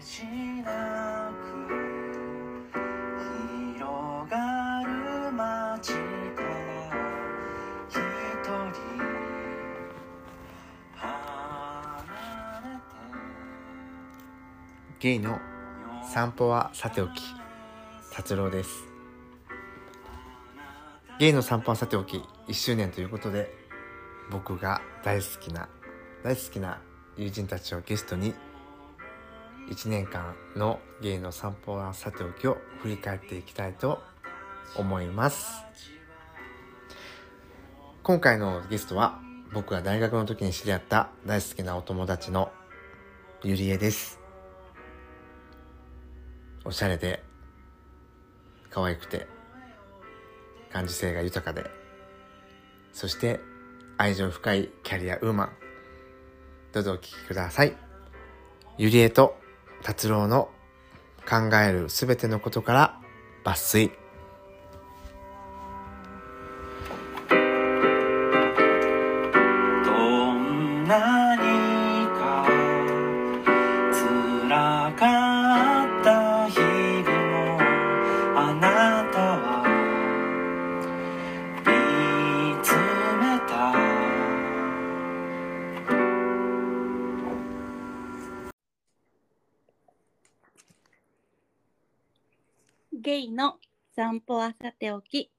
しなく広がる街から一人離れてゲイの散歩はさておき達郎ですゲイの散歩はさておき1周年ということで僕が大好きな大好きな友人たちをゲストに1年間のゲイの散歩はさておきを振り返っていきたいと思います今回のゲストは僕が大学の時に知り合った大好きなお友達のゆりえですおしゃれで可愛くて感受性が豊かでそして愛情深いキャリアウーマンどうぞお聞きくださいゆりえと達郎の考えるすべてのことから抜粋どんなにか辛かった日々もあなたは見つめたゲイの散歩はさておき、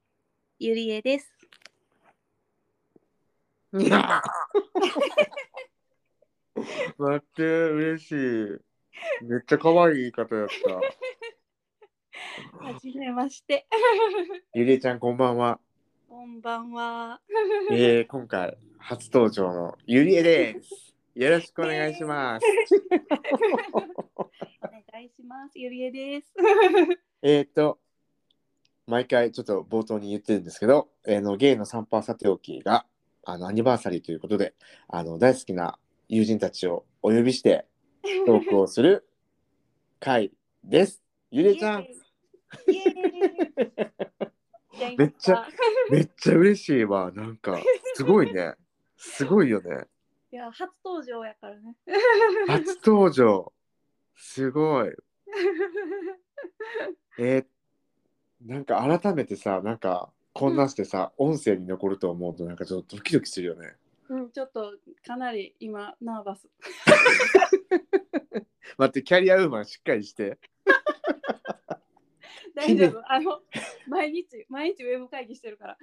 ゆりえです。いや待って嬉しいめっちゃ可愛い言い方やったはじめまして。ゆりえちゃんこんばんはこんばんは。えー、今回初登場のゆりえです。よろしくお願いします。お願いします。ゆりえです。えーっと、毎回ちょっと冒頭に言ってるんですけど、えーのゲイの散歩はさておきがあのアニバーサリーということで、あの大好きな友人たちをお呼びしてトークをする回です。ゆりえちゃん、イエーイ。めっちゃ。めっちゃ嬉しいわ。なんかすごいね。すごいよね。いや、初登場やからね。初登場。すごい。えーなんか改めてさなんかこんなしてさ、音声に残ると思うとなんかちょっとドキドキするよねうん、ちょっとかなり今ナーバス。待ってキャリアウーマンしっかりして大丈夫。あの、毎日、毎日ウェブ会議してるから。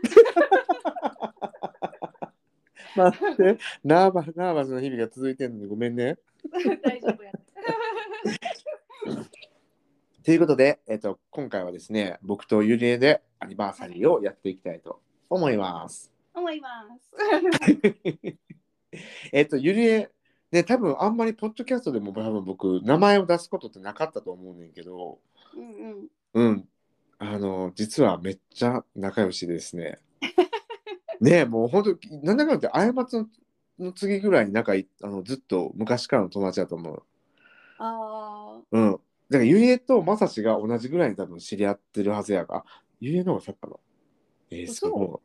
待ってナーバナーバスの日々が続いてんのにごめんね大丈夫や。ということで、えっと今回はですね僕とゆりえでアニバーサリーをやっていきたいと思います思います。えっとゆりえね多分あんまりポッドキャストでも多分僕名前を出すことってなかったと思うねんけどうんうん。うん。あの、実はめっちゃ仲良しですね。 ねえ、もう本当、なんだかんだ言って、過ちのの次ぐらいに仲いいあの、ずっと昔からの友達だと思う。ああ。うん。だから、ゆりえとまさしが同じぐらいに多分知り合ってるはずやが、あゆりえの方が先かな。えー、す嘘ご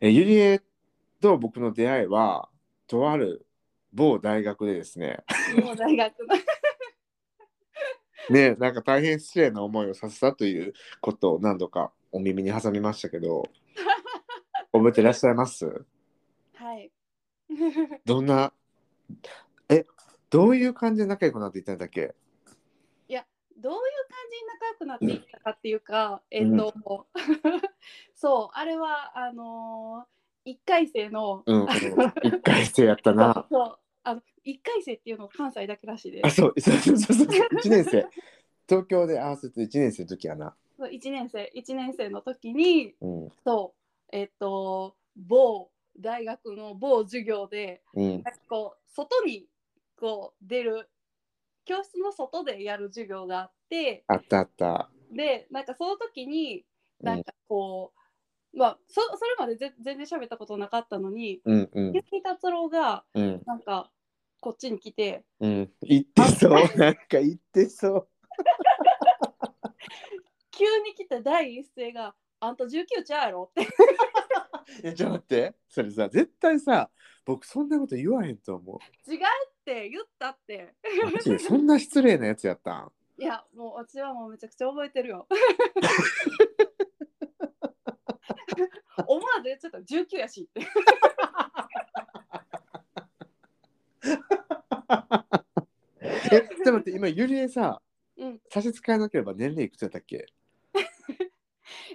い。え、ゆりえと僕の出会いは、とある某大学でですね、 もう大学の。ねえ、なんか大変失礼な思いをさせたということを何度かお耳に挟みましたけど、覚えてらっしゃいますはい。 どんな、え、どういう感じで仲良くなっていったんだっけどういう感じに仲良くなっていったかっていうか、えっと、 そうあれはあのー、1回生のうん、一回生やったな。そうあの1回生っていうのが関西だけらしいであ、すそう、そうそうそうそう、1年生。東京で合わせて1年生の時やな。そう1年生一年生の時にうん、そうえっと某大学の某授業でうん、なんかこう外にこう出る教室の外でやる授業があってあったあった。でなんかその時にうんなんかこう、まあそそれまでぜ全然喋ったことなかったのにうん、うん結、城達郎がうん、なんかこっちに来てうん。言ってそう、なんか言ってそう。急に来た第一声が「あんた19ちゃうやろ」ってえ、ちょっと待って、それさ、絶対さ、僕そんなこと言わへんと思う。違うっって言ったってマジでそんな失礼なやつやったんいやもう私はもうめちゃくちゃ覚えてるよ思わず言っちゃった19やしってえちょっと待って今ゆりえさ、うん差し支えなければ年齢いくつやったっけ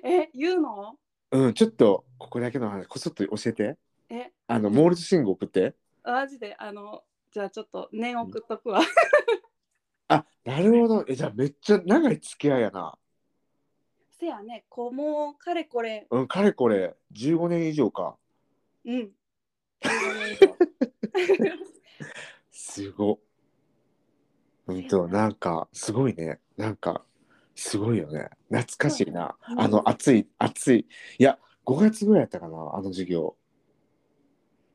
え言うのうんちょっとここだけの話こそっと教えてえあのモールス信号送ってマジであのじゃあちょっと念送っとくわ、あなるほどえじゃあめっちゃ長い付き合いやなせやねこうもうかれこれうんかれこれ15年以上か うん15年以上すごっ本当なんかすごいねなんかすごいよね懐かしいな、うんあの暑い暑いいや5月ぐらいやったかなあの授業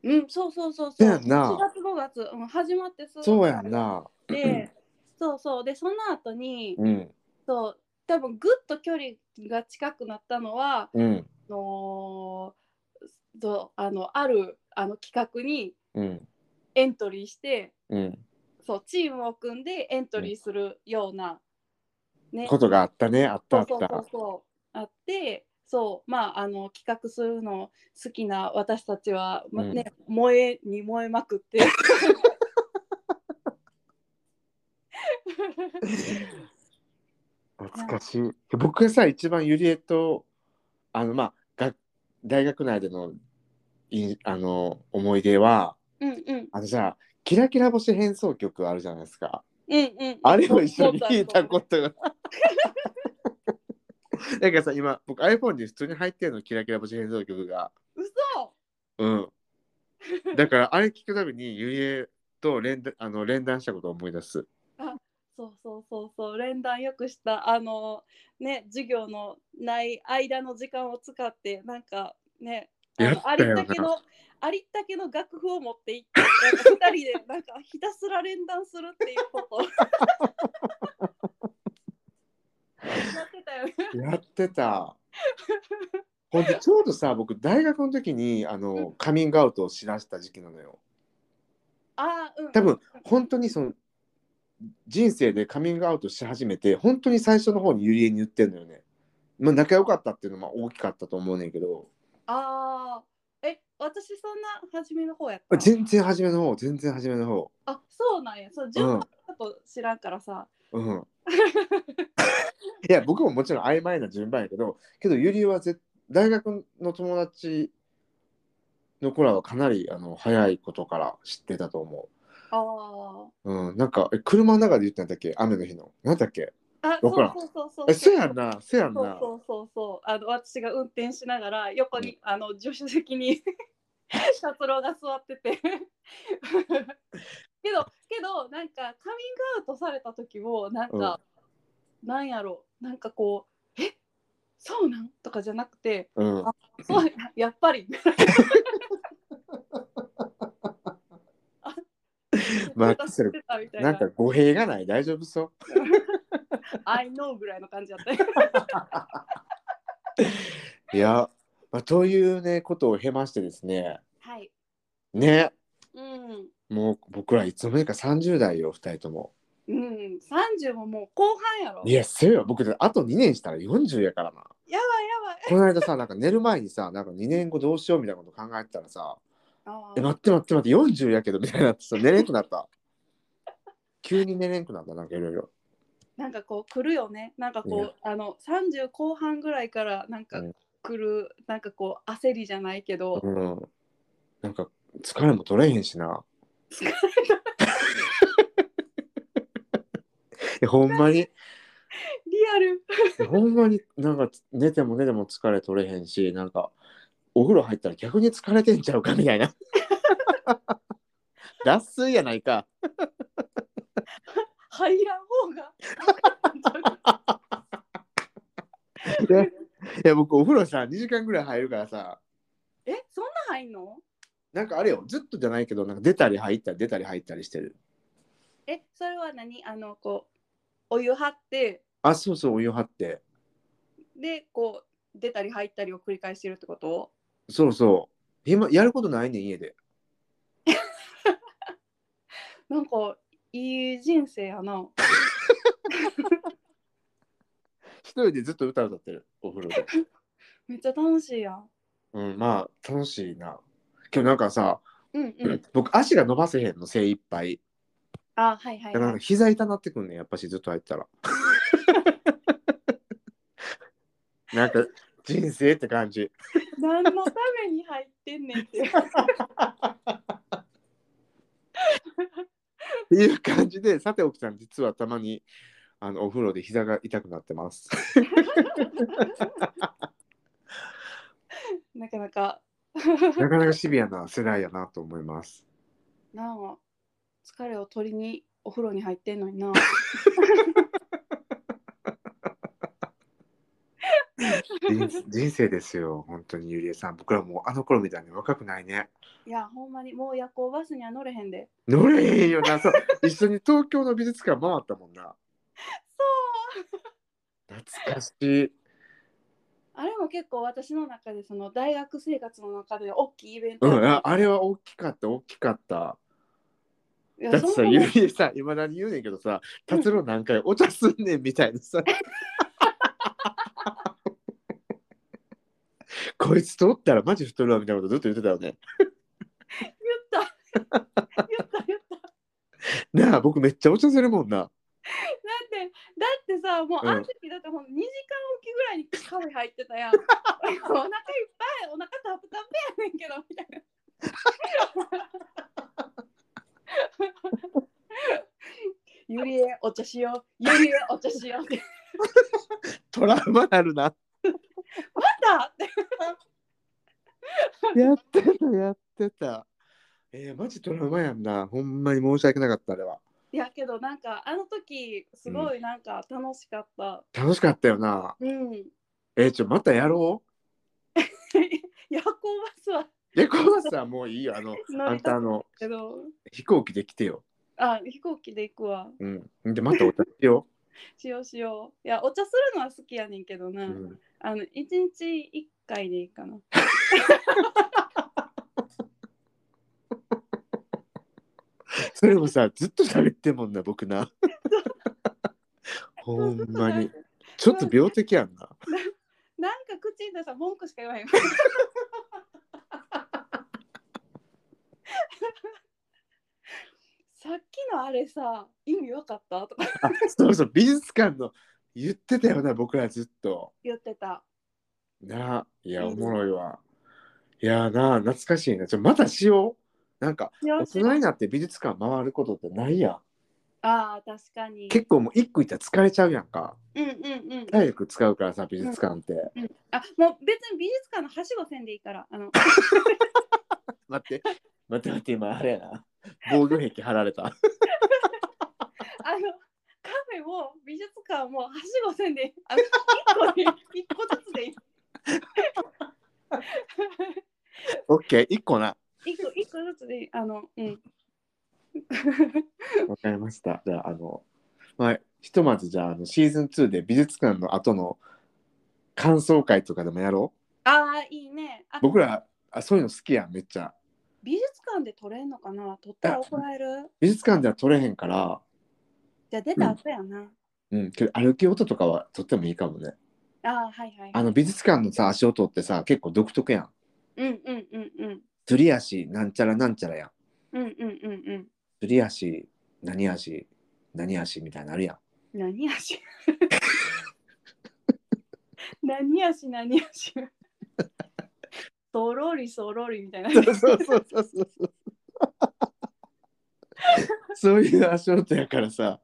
うんそうそうそうせそうやんな4月5月、うん、始まってすぐそうやんなでそうそうでその後にうんそう多分ぐっと距離が近くなったのはうんあのーそうあのあるあの企画にうんエントリーしてうんそうチームを組んでエントリーするような、ねことがあったねあったあっそうそうたそうそうあってそうまああの企画するの好きな私たちは、まうんね燃えに燃えまくって 懐かしい僕がさ一番ゆりえとあのまあが大学内でのいあの思い出はうんうんあのじゃあキラキラ星変奏曲あるじゃないですかうんうんあれを一緒に聞いたことが。 なんかさ今僕 iPhone に普通に入ってるのキラキラ星変奏曲が。嘘うん。だからあれ聞くたびにゆりえと連弾あの連弾したことを思い出す。そうそうそうそう連弾よくしたあのね授業のない間の時間を使ってなんかねあやったのありよなったけのありったけの楽譜を持っていってなんか二 人でなんかひたすら連弾するっていうこと。やってたよね。やってた。ほんでちょうどさ僕大学の時にあのカミングアウトを知らせた時期なのよ。あーうん。多分本当にその人生でカミングアウトし始めて本当に最初の方にゆりえに言ってんのよね。まあ、仲良かったっていうのも大きかったと思うねんけどああえ私そんな初めの方やった。全然初めの方全然初めの方あそうなんや。そう順番だと知らんからさ。うん いや僕ももちろん曖昧な順番やけどけどゆりえはぜ大学の友達の子らはかなりあの早いことから知ってたと思ああ。う、うん、なんかえ車の中で言ってたんだっけ雨の日のなんだっけあ、そわうからんそうそうそう。えせやんなせやんそうなそうそうそう。あの私が運転しながら横に、あの助手 席に社長が座ってて。 けどけどなんかカミングアウトされた時もなんか、なんやろなんかこうえそうなんとかじゃなくてうんそうややっぱりあ まあ出してたみたいなんか語弊がない大丈夫そう「I know」ぐらいの感 じだったよいや、まあ、というねことを経ましてですねはい。ねうん。もう僕らいつの間にか30代よ2人ともうん。三十ももう後半やろ。いやせや僕だってあと2年したら40やからなやばいこの間さなんか寝る前にさなんか2年後どうしようみたいなこと考えてたらさやば「えい。あー待って待って待って40やけど」みたいになってさ寝れんくなった 急に寝れんくなったなんかいろいろなんかこう来るよね。なんかこう、ねあの三十後半ぐらいからなんかうん来る、なんかこう焦りじゃないけど、うんなんか疲れも取れへんしな疲れ えほんまにリアル。ほんまになんか寝ても寝ても疲れ取れへんしなんかお風呂入ったら逆に疲れてんちゃうかみたいな 脱水やないか入らん方が。 でいや僕お風呂さ2時間ぐらい入るからさえ、そんな入んの？なんかあれよずっとじゃないけどなんか出たり入ったり出たり入ったりしてるえ、それは何？あのこうお湯張ってあそうそうお湯張ってでこう出たり入ったりを繰り返してるってこと？そうそう今やることないねん家でなんかいい人生やな。一人でずっと歌歌ってる、お風呂で。めっちゃ楽しいやん。うん、まあ、楽しいな。今日なんかさ、うんうん。僕、足が伸ばせへんの、精一杯。あ、はいはい、なんはかい。膝痛なってくんねんやっぱしずっと入って たら。なんか、人生って感じ。何のために入ってんねんっていう。っていう感じで、さて奥さん、実はたまにあのお風呂で膝が痛くなってます。なかなか。なかなかシビアな世代やなと思います。なあ。疲れを取りにお風呂に入ってんのにな。人人生ですよ、本当にゆりえさん。僕らもうあの頃みたいに若くないね。いや、ほんまにもう夜行バスには乗れへんで。乗れへんよな、そう一緒に東京の美術館回ったもんな。懐かしい。あれも結構私の中でその大学生活の中で大きいイベントうやっん、あた。あれは大きかった、大きかった。いやだってそさ、んなゆもんりえさん、いまだに言うねんけどさ、達郎何回お茶すんねんみたいな さ。こいつ通ったらマジ太るわみたいなことずっと言ってたよね。言った。言った言った。だなあ、僕めっちゃお茶するもんな。って、だってさ、もううんあの時だってほんと2時間おきぐらいにカフェ入ってた やん。お腹いっぱい、お腹たぷたぷやねんけど、みたいな。ゆりえお茶しよう、ゆりえお茶しよう って。トラウマなるな。またってやってた、やってた。えー、マジトラウマやんな。ほんまに申し訳なかった、あれは。いやけどなんかあの時すごいなんか楽しかった。楽しかったよな。うん。えー、ちょ、またやろ 夜行バスはう。え、このさ、もういいよ。あの、乗ありんた、たかあっの、たけど。飛行機で来てよ。あ、飛行機で行くわ。うん。で、またお茶しよしようしよう。いや、お茶するのは好きやねんけどな。う。うんあの、一日一回でいいかな。それもさ、ずっと喋ってんもんな、僕な。ほんまに。ちょっと病的やんな。なんか口に出したら文句しか言わへん。 さっきのあれさ、意味わかったとかあそうそう、美術館の言ってたよな、僕らずっと。言ってた。なあ、いや、うおんもろいわ。いやなあ、懐かしいな。ちょまたしよう。なんか、よ大し人になって美術館回ることってないやん。ああ、確かに。結構もう一個いったら疲れちゃうやんか。うんうんうん。体力使うからさ、美術館って。うん、あもう別に美術館のはしごせんでいいからあの待って、待って待って、今あれやな。防御壁張られた。あのカフェも美術館もはしごせんでいいあの1個で一個ずつでいいオッケー、一個な。一個一個ずつでいいあのうんわかりました。じゃあ、あの、まあ、ひとまずじゃあ、あのシーズン2で美術館の後の感想会とかでもやろ ああいいねあう。僕ら、あそういうの好きやん、めっちゃ。美術館で撮れんのかな撮ったら怒られる美術館では撮れへんから、じゃあ出た後やな、うん、けど歩き音とかはとってもいいかもね。ああはいはいあの、美術館のさ、足音ってさ、結構独特やん。うんうんうんうんすり足、なんちゃらなんちゃらやん。うんうんうんうんすり足、何足、何足みたいなのあるやん。何や し何やし何やしそろりそろりみたいなそうそうそうそうそう。そういう足音やからさ、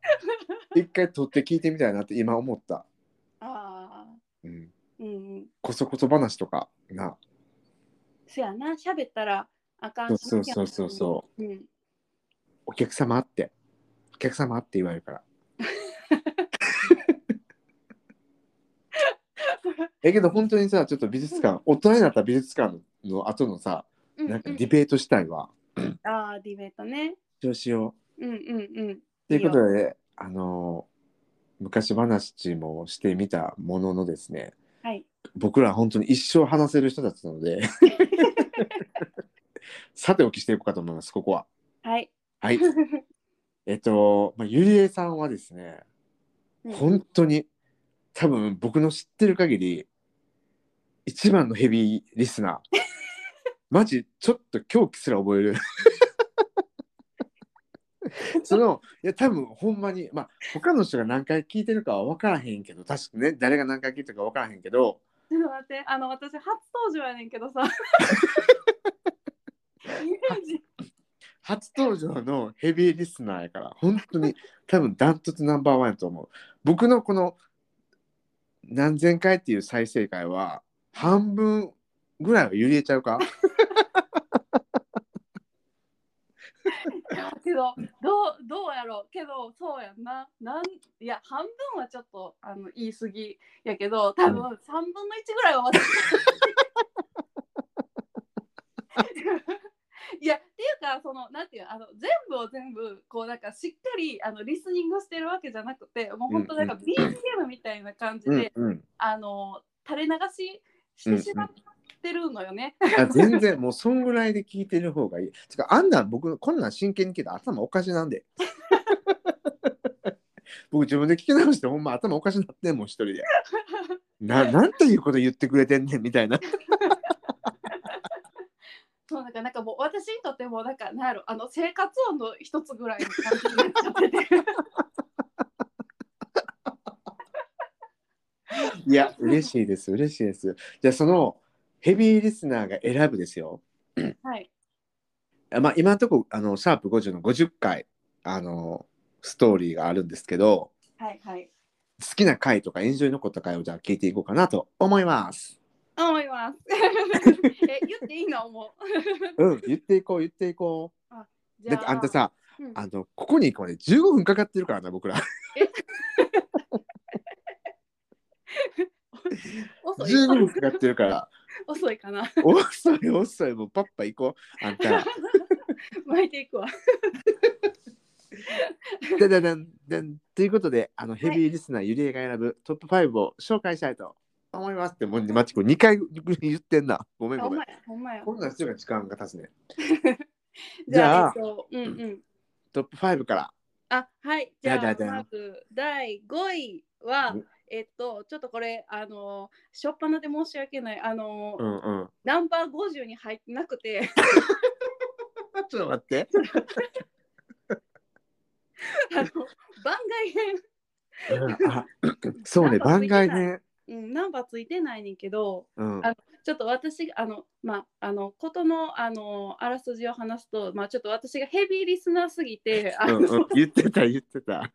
一回撮って聞いてみたいなって今思った。ああうん。うんうんこそこそ話とかな。そやな喋ったらあか、そうんそうそうそうそううん、う。お客様って。お客様って言われるから。 えけど本当にさ、ちょっと美術館、大人になった美術館の後のさ、うんなんかうんディベートしたいわ。ああディベートねどうしよう。うんうんうんということで、あのー昔話もしてみたもののですね、はい僕ら本当に一生話せる人たちなの で、さておきしていこうかと思います、ここは。はいはい。えっと、まあ、ゆりえさんはですね、うん本当に多分僕の知ってる限り一番のヘビーリス ナーマジちょっと狂気すら覚えるそのいや多分ほんまにまあ他の人が何回聞いてるかは分からへんけど確かね誰が何回聞いてるか分からへんけどちょっと待って、あの私初登場やねんけどさ。 イメージ。初登場のヘビーリスナーやから本当に多分ダントツナンバーワンやと思う僕のこの何千回っていう再生回は半分ぐらいは揺れちゃうかけど、どう、どうやろう、けど、そうやんな、なん、いや、半分はちょっと、あの、言い過ぎ。やけど、多分う三分の一ぐらいは私。いやっていうかそのなんていうあの全部を全部こうなんかしっかりあのリスニングしてるわけじゃなくてもう本当なんか BGM みたいな感じで、うんうんあの垂れ流ししてしまってるのよね。 あ全然もうそんぐらいで聞いてる方がいいつかあんなん僕こんなん真剣に聞いたら頭おかしなんで僕自分で聞き直してほんま頭おかしなってんもん一人でななんていうこと言ってくれてんねんみたいなそうなんかなんかもう私にとってもなんかなんやろあの生活音の一つぐらいの感じになっちゃってて いや、嬉しいです、嬉しいです。じゃあ、そのヘビーリスナーが選ぶですよ。はいあまあ、今のところ、あの、シャープ50の50回、あの、ストーリーがあるんですけど、はいはい好きな回とか印象に残った回をじゃあ聞いていこうかなと思います。思います え言っていいのもううん、言っていこう、言っていこう。じだゃってああんたさ、うんあの、ここに行くまで15分かかってるからな、僕ら。遅い15分かかってるから、遅いかな 遅い、遅い、もうパッパ行こう。あんた、巻いていくわだだだんだんということで、あのヘビーリスナー、ゆりえが選ぶトップ5を紹介したいと思いますって、もうマチコ2回言ってんな。ごめんほごんめんま。やほんまやこんなん人が時間が経つね。じゃあじゃあえっとうんうんトップ5から。あはいじゃあじゃあじゃあじゃあまず第5位はうんえっとちょっとこれあの初っ端で申し訳ないあの、うんうん。ナンバー50に入ってな くてちょっと待って。あの番あそうね、番外ね。外編、うん、ナンバーついてないねんけどうん。ちょっと私あのまああのことのあのあらすじを話すとまあちょっと私がヘビーリスナーすぎてあうの、んうん、言ってた言ってた。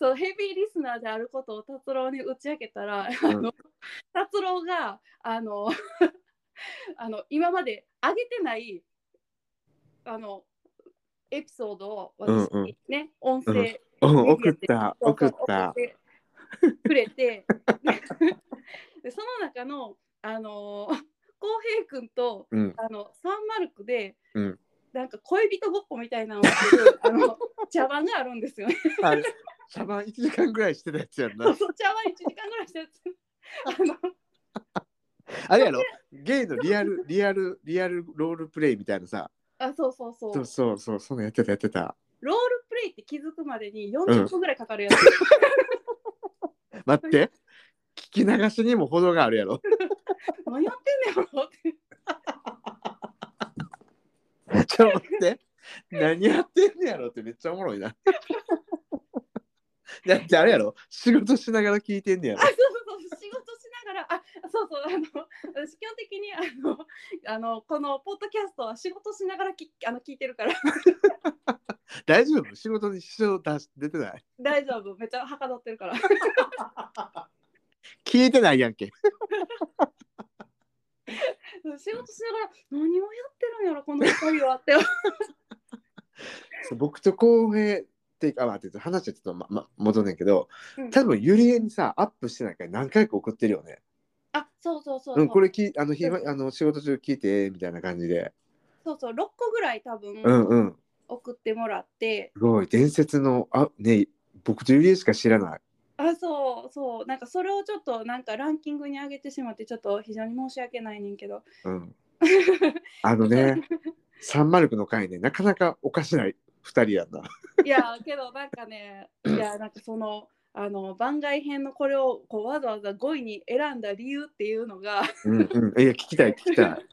そうヘビーリスナーであることを達郎に打ち明けたら、あの達郎があの あの今まで上げてないあのエピソードを私うんうにね、音声、うんうん、送った送った。てくれて でその中のあのー浩平君とうんあのサンマルクで、うんなんか恋人ごっこみたいなのをする あの茶番があるんですよね。あれ、茶番1時間ぐらいしてたやつやんそなう。茶番一時間ぐらいしたやつ。あのあれやろゲイのリアル、リアル、リアルロールプレイみたいなさ。あそうそうそうそうそうそう、そのやってたやってた。ロールプレイって気づくまでに40分ぐらいかかるや つ。待って聞き流しにも程があるやろ 何やってんねやろって。ちょっと待って何やってんねやろってめっちゃおもろいな だってあれやろ仕事しながら聞いてんねやろあそうそうそう仕事しながらあそうそうあの私基本的にあのあのこのポッドキャストは仕事しながらきあの聞いてるから大丈夫仕事に支障出し出てない大丈夫めっちゃはかどってるから聞いてないやんけ仕事しながら何をやってるんやろこの2人はってそう僕と浩平ってあ待って話はちょっと、まま、戻んねんけどうん多分ゆりえにさアップしてないから何回か送ってるよねあそうそうそううそうんこれきあのひあの仕事中聞いてみたいな感じでそうそう6個ぐらい多う分んうん送ってもらって、すごい伝説のあね僕とゆりえしか知らないあそうそうなんかそれをちょっとなんかランキングに上げてしまってちょっと非常に申し訳ないねんけどうん、あのね、サンマルクの回ね、なかなかおかしない2人やんな。いやけどなんかねいやなんかそのあの番外編のこれをこうわざわざ5位に選んだ理由っていうのが うんうん。 いや、聞きたい、聞きたい。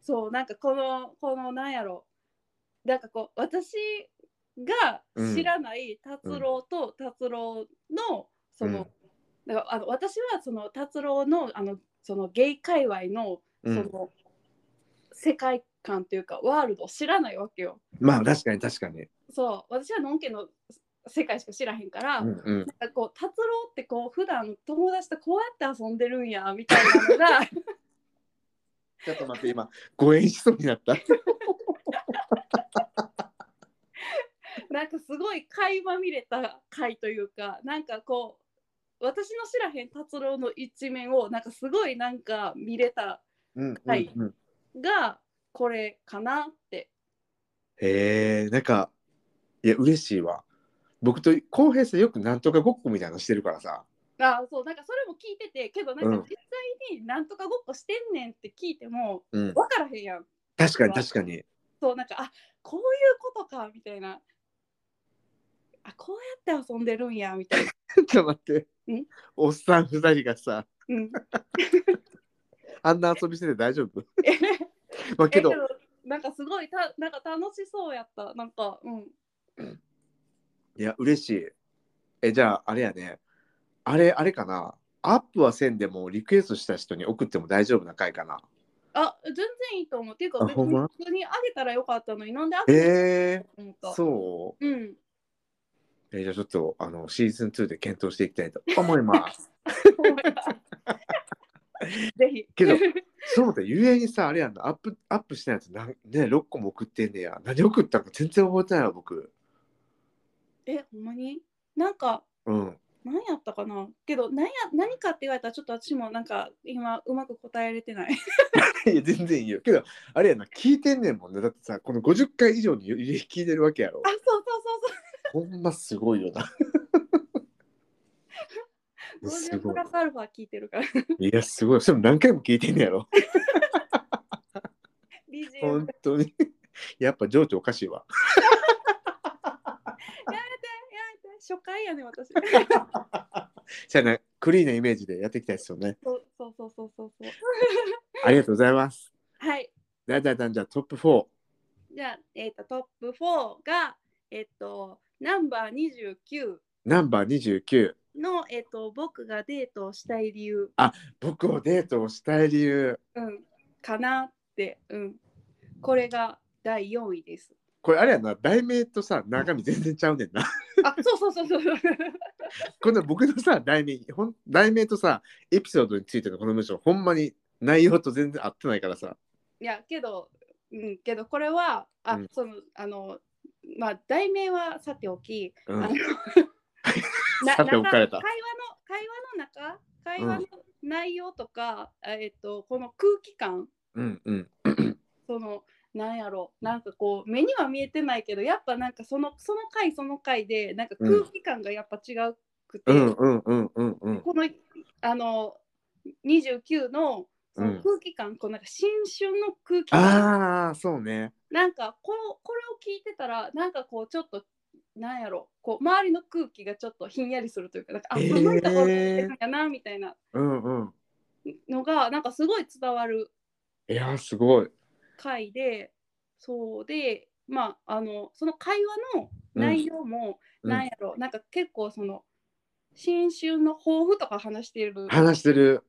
そうなんかこのこのなんやろなんかこう私が知らない達郎と達郎の その、だからあの私はその達郎のあのそのゲイ界隈のうそん。の、世界観というかワールドを知らないわけよ。まあ、確かに、確かに。そう私はのんけの世界しか知らへんから、うんうん。なんかこう達郎ってこう普段友達とこうやって遊んでるんやみたいなの がちょっと待って、今、ご縁しそうになった。なんかすごい垣間見れた回というかなんかこう私の知らへん達郎の一面をなんかすごいなんか見れたうんうん、はいうん。がこれかなってへえ、なんか、いや、嬉しいわ。僕と浩平さんよくなんとかごっこみたいなのしてるからさ。あそうなんかそれも聞いててけどなんうかん実際になんとかごっこしてんねんって聞いてもうん。分からへんやん確かに、確かに。そうなんかあこういうことかみたいなあこうやって遊んでるんやみたいな、ちょっと待ってん。おっさん二人がさ、 うん、あんな遊びしてて大丈夫まあけどえ、なんかすごいたなんか楽しそうやったなんかうんいや、嬉しい。え、じゃあ、あれやね。あれ、あれかな。アップはせんでも、リクエストした人に送っても大丈夫な回かな。あ全然いいと思うっていうかあ別ほんにま普通にあげたらよかったのになんであげたえと思っー、た、そう ん、う。え、じゃあちょっと、あの、シーズン2で検討していきたいと思い ます。ぜひけどそうだ、ゆえにさ、あれやんな。アップ、アップしたやつ、なんね、6個も送ってんねや。何送ったのか全然覚えてないわ、僕。えほんまになんかうん。 何やったかなけど何や何かって言われたらちょっと私もなんか今うまく答えられてない いや、全然いいよ。けど、あれやな、聞いてんねんもんね。だってさ、この50回以上に聞いてるわけやろあ。そうそうほんますごいよ な。そうそうす50ごプい。ラスアルファ聞いてるから いや、すごい。それも何回も聞いてんねや ろ。 BGM 本当に。 やっぱ情緒おかしいわ。初回やね私 じゃあね、クリーンなイメージでやっていきたいですよ ね。そうそうそうそうそうそうありがとうございます。はいだいたいじゃあトップ4。じゃあ、えー、とトップ4が、えっとナンバー29ナンバー29。の、えっと僕がデートをしたい理由、僕をデートをしたい理由。うん、かなって、うん、これが第4位です。これあれやな、題名とさ、中身全然ちゃうねんな。 あそうそうそうそう。この僕のさ、題名、ほん題名とさ、エピソードについてのこの文章、ほんまに内容と全然合ってないからさ。 いやけど、うん、けどこれはあ、うんそのあのまあ題名はさておき、うあの ん、なさておかれた中。会話の会話の中会話の内容とか、えっとこの空気感うんうん。そのなんやろなんかこう目には見えてないけどやっぱなんかそのその回その回でなんか空気感がやっぱ違うくて、うんうんうんうんうん。このあの29のその空気感、こうなんか新春の空気感ああ、そうね。なんかこうこれを聞いてたらなんかこうちょっとなんやろこう周りの空気がちょっとひんやりするというかなんかあへーこの人こう言ってるんやなみたいなうんうん。のがなんかすごい伝わるいやー、すごい。回でそうでまああのその会話の内容も、うんなんやろ、なんか結構その新春の抱負とか話してる話してる。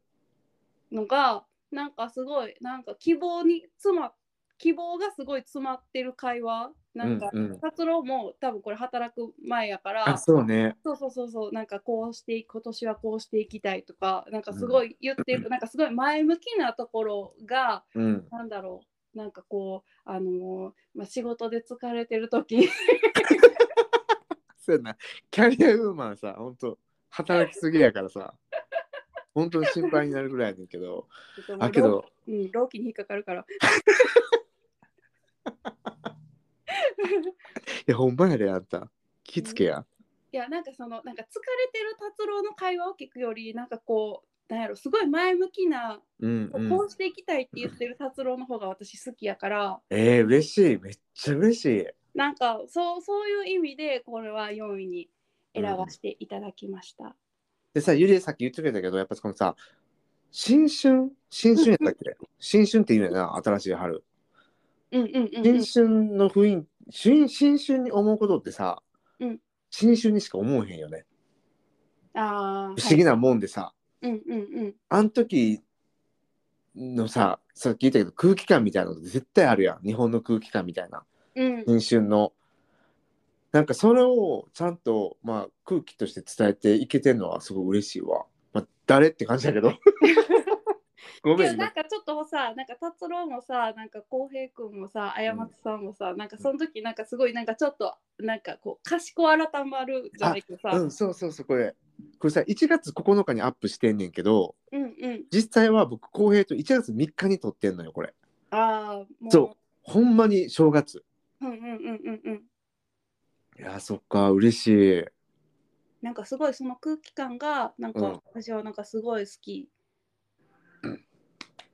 のがなんかすごいなんか希望に詰ま希望がすごい詰まってる会話なんか、うんうん達郎も多分これ働く前やからあ、そうね。そうそうそうそうなんかこうしてい今年はこうしていきたいとかなんかすごい言ってる、なんかすごい前向きなところがうん。なんだろうなんかこうあのーまあ、仕事で疲れてる時そうやな。キャリアウーマンさ、本当働きすぎやからさ、本当に心配になるぐらいやねんけ ど。 あ、けど、うん、老期に引っかかるから いや、ほんまやで、あんた。気つけや。いやなんかそのなんか疲れてる達郎の会話を聞くよりなんかこうなんやろすごい前向きな、うんうこんう。していきたいって言ってる達郎の方が私好きやからえー、嬉しい。めっちゃ嬉しい。なんかそうそういう意味でこれは4位に選ばせていただきました。でさ、ゆりえさっき言ってくれたけど、やっぱそのさ、新春新春やったっけ新春って言うよな、新しい春。うんうんうんうん新春の雰囲気、新新春に思うことってさ、うん新春にしか思えへんよね。ああ不思議なもんでさ、うんうんうんあの時のさ、さっき言ったけど、空気感みたいなのって絶対あるやん。日本の空気感みたいな。うん新春の。なんかそれをちゃんと、まあ、空気として伝えていけてるのはすごい嬉しいわ。まあ、誰って感じだけ ど。ごけめどんなんね。かちょっとさなんか達郎もさなんか浩平君もさ綾松さんもさ、なんかその時なんかすごいなんかちょっとなんかこう賢改まるじゃないけどさ、うん、そうそうそう、これ。これさ、1月9日にアップしてんねんけど、うんうん実際は僕、公平と1月3日に撮ってんのよ、これ。ああもうそほんまに正月。うんうんうんうんうんいや、そっか、嬉しい。なんかすごいその空気感がなんうんか私はなんかすごい好き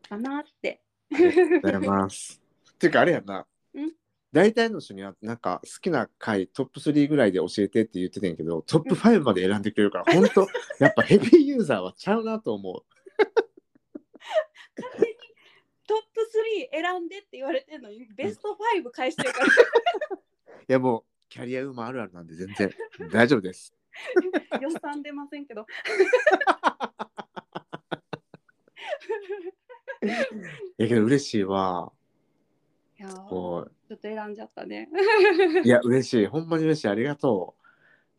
か なって。ありがとうございます。 っていうかあれやんな。ん大体の人にはなんか好きな回トップ3ぐらいで教えてって言ってたんやけどトップ5まで選んでくれるから本当やっぱヘビーユーザーはちゃうなと思勝手にトップ3選んでって言われてるのにベスト5返してるからういやもうキャリアウーマンあるあるなんで全然大丈夫です 予算出ませんけど。いやけど嬉しいわいやーちょこっと選んじゃったね。ういや嬉しいほんまに嬉しいありがと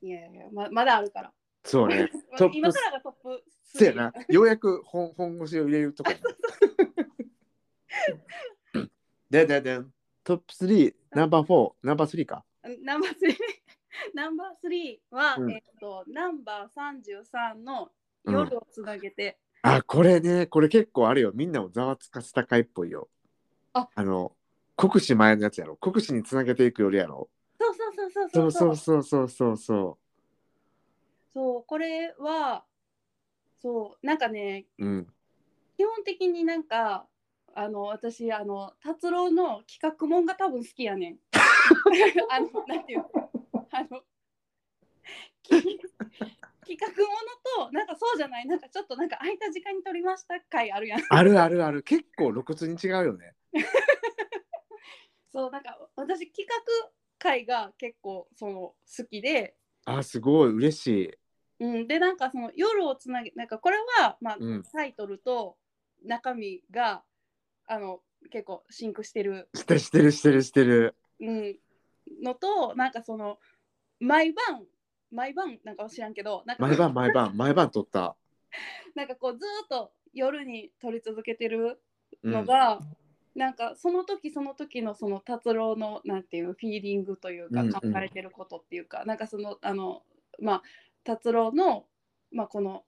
いやいやままだあるから。うそう ねまトップ今からがトップ3。そうやなようやく本本腰を入れるとこや なでででんトップ3ナンバー4ナンバー3かナンバー3 ナンバー3は、うんえっとナンバー33のうん夜をつなげて。あ、これね、これ結構あるよ。みんなをざわつかせた回っぽいよ。あの、国士前のやつやろ。国士につなげていくよりやろ。そうそうそうそうそそううそそううそうそうそうそそうこれはそうなんかねう。うん。基本的になんかあの私あの達郎の企画もんが多分好きやねん。 あのなんていうのあのき企画ものとなんかそうじゃないなんかちょっとなんか空いた時間に撮りました回あるやん。あるあるある。結構露骨に違うよね。そうなんか私企画回が結構その好きで。あ、すごい嬉しい。うん、でなんかその夜をつなげなんかこれは、まあうんタイトルと中身があの結構シンクしてる、してしてるしてるしてる。うん、のとなんかその毎晩毎晩なんか知らんけどなんか毎晩毎晩毎晩撮った。なんかこうずーっと夜に撮り続けてるうんのが、なんかその時その時のその達郎のなんていうフィーリングというかうんうん考えてることっていうか、なんかそのあのまあ達郎の、まあ、この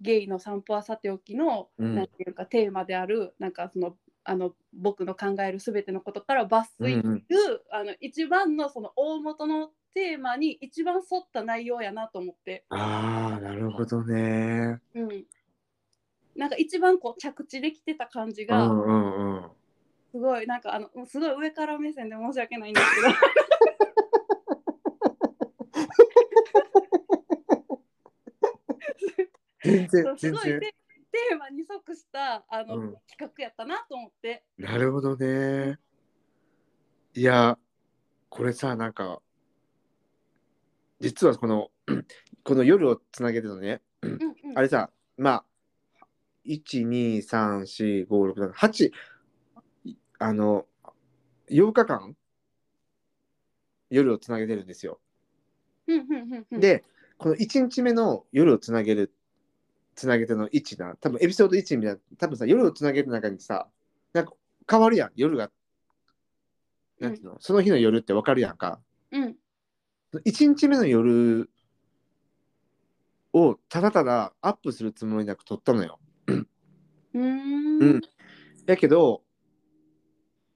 ゲイの散歩はさておきの、うんなんていうかテーマであるなんかそのあの僕の考えるすべてのことから抜粋うんうんという、あの一番のその大元のテーマに一番沿った内容やなと思って。ああ、なるほどね。うんなんか一番こう着地できてた感じうが、んうんうん。すごいなんかあのすごい上から目線で申し訳ないんですけど全然 す全ごいテ然。テーマに即したあの、うん企画やったなと思って。なるほどね。いや、これさ、なんか、実はこの、 この夜をつなげてのね、うんうん、あれさ、まあ、1、2、3、4、5、6、7、8、あの、8日間、夜をつなげてるんですよ。うんうんうんうん、で、この1日目の夜をつなげる、つなげての1な、多分エピソード1みたいな、多分さ、夜をつなげる中にさ、なんか変わるやん、夜が。なんていうの、その日の夜ってわかるやんか。うん1日目の夜をただただアップするつもりなく撮ったのよ。うーうんんやけど、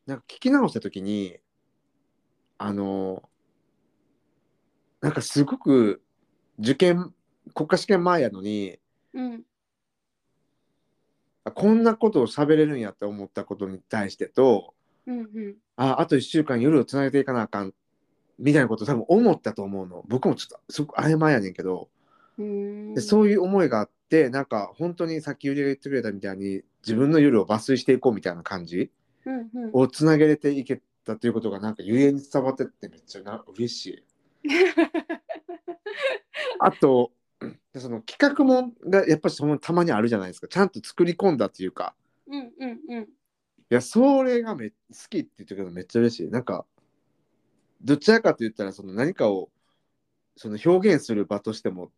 なんか聞き直したときに、あの、なんかすごく受験、国家試験前やのに、うんあこんなことを喋れるんやって思ったことに対してとうんうんあ、あと1週間夜をつないでいかなあかん、みたいなこと多分思ったと思うの。僕もちょっと、すごく曖昧やねんけど、うーんでそういう思いがあって、なんか本当にさっきゆりが言ってくれたみたいに、自分の夜を抜粋していこうみたいな感じうんうんをつなげれていけたということが、なんかゆえに伝わってってめっちゃな嬉し い。あと、でその企画もんがやっぱりそのたまにあるじゃないですか。ちゃんと作り込んだというか、うんうんうんいや、それがめ好きって言ってくれるのめっちゃ嬉しい。なんか、どちらかと言ったら、その何かをその表現する場としても、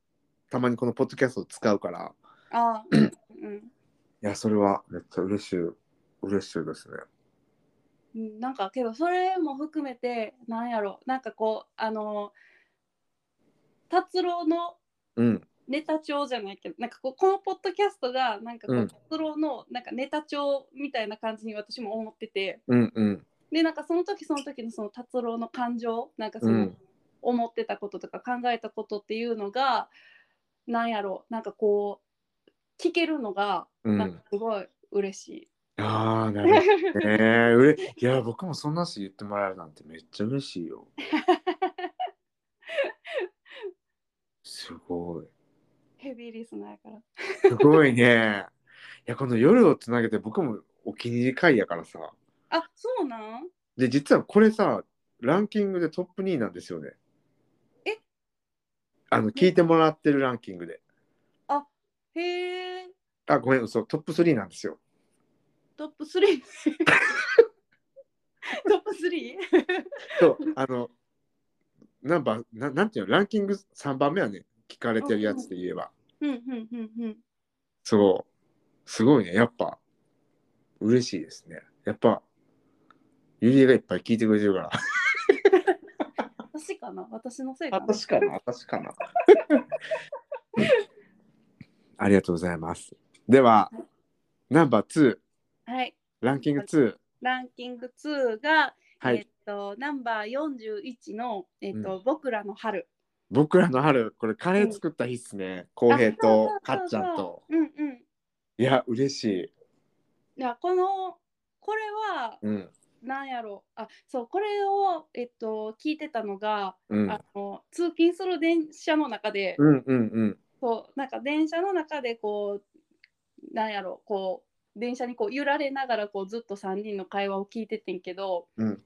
たまにこのポッドキャストを使うから、ああうんうんいや、それはめっちゃ嬉しい、嬉しいですね。うんなんかけどそれも含めてなんやろなんかこうあの達郎のうん、ネタ帳じゃないけどなんかこうこのポッドキャストがなんかこううん達郎のなんかネタ帳みたいな感じに私も思っててうん、うん、でなんかその時その時のその達郎の感情なんかそうのん、思ってたこととか考えたことっていうのがなんやろなんかこう聞けるのがうなんかん。すごい嬉しい。ああ、なるほどね。うれいや、僕もそんなし言ってもらえるなんてめっちゃ嬉しいよ。すごい。 ヘビーリスナーやから。すごいね。いや、この夜をつなげて僕もお気に入り回やからさ。あそうなんで、実はこれさ、ランキングでトップ2位なんですよね。えあの、聞いてもらってるランキングで。へえあ、ごめん、嘘、トップ3なんですよ。 トップ 3! トップ 3? そう、あの、ナンバー、ななんていうの、ランキング3番目はね、聞かれてるやつで言えば。 うんうんうんうん。そう。すごいね。やっぱ、嬉しいですね。やっぱ、ゆりえがいっぱい聞いてくれてるから。私かな私のせいかな私かな私かな ありがとうございます。では、ナンバー2、はい。ランキング2。ランキング2が、はえっい。と、ナンバー41の、えっと、僕らの春。僕らの春、これカレー作った日っすね。浩平とあかそうそうそうそうっちゃんと。うんうん。いや、嬉しい。いや、この、これは、うん。なんやろあ、そう、これを、えっと、聞いてたのが、うん。あの、通勤する電車の中で、うんうんうん。そう、なんか電車の中で、こう、なんやろこう、電車にこう揺られながらこうずっと3人の会話を聞いててんけど、うん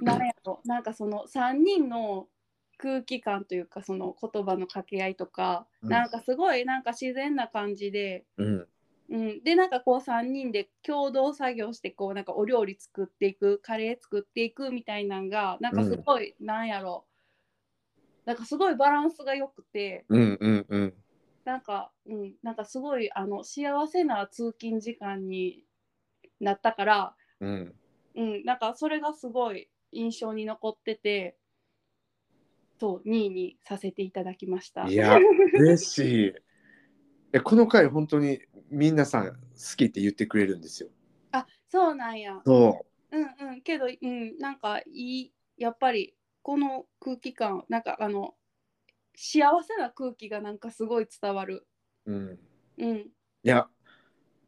なんやろなんかその3人の空気感というかその言葉の掛け合いとか、うんなんかすごいなんか自然な感じで、うん。うん、でなんかこう3人で共同作業してこうなんかお料理作っていくカレー作っていくみたいなんがなんかすごい、なんやろなんかすごいバランスが良くてうんうんうん。なんか、うん、なんかすごいあの幸せな通勤時間になったからうん。うん、なんかそれがすごい印象に残ってて、そう、2位にさせていただきました。いや、嬉しい。え、この回、本当に皆さん好きって言ってくれるんですよ。あ、そうなんや。そうんうん、けど、うん、なんかいい、やっぱりこの空気感、なんかあの、幸せな空気がなんかすごい伝わる。う。うん。うん、いや、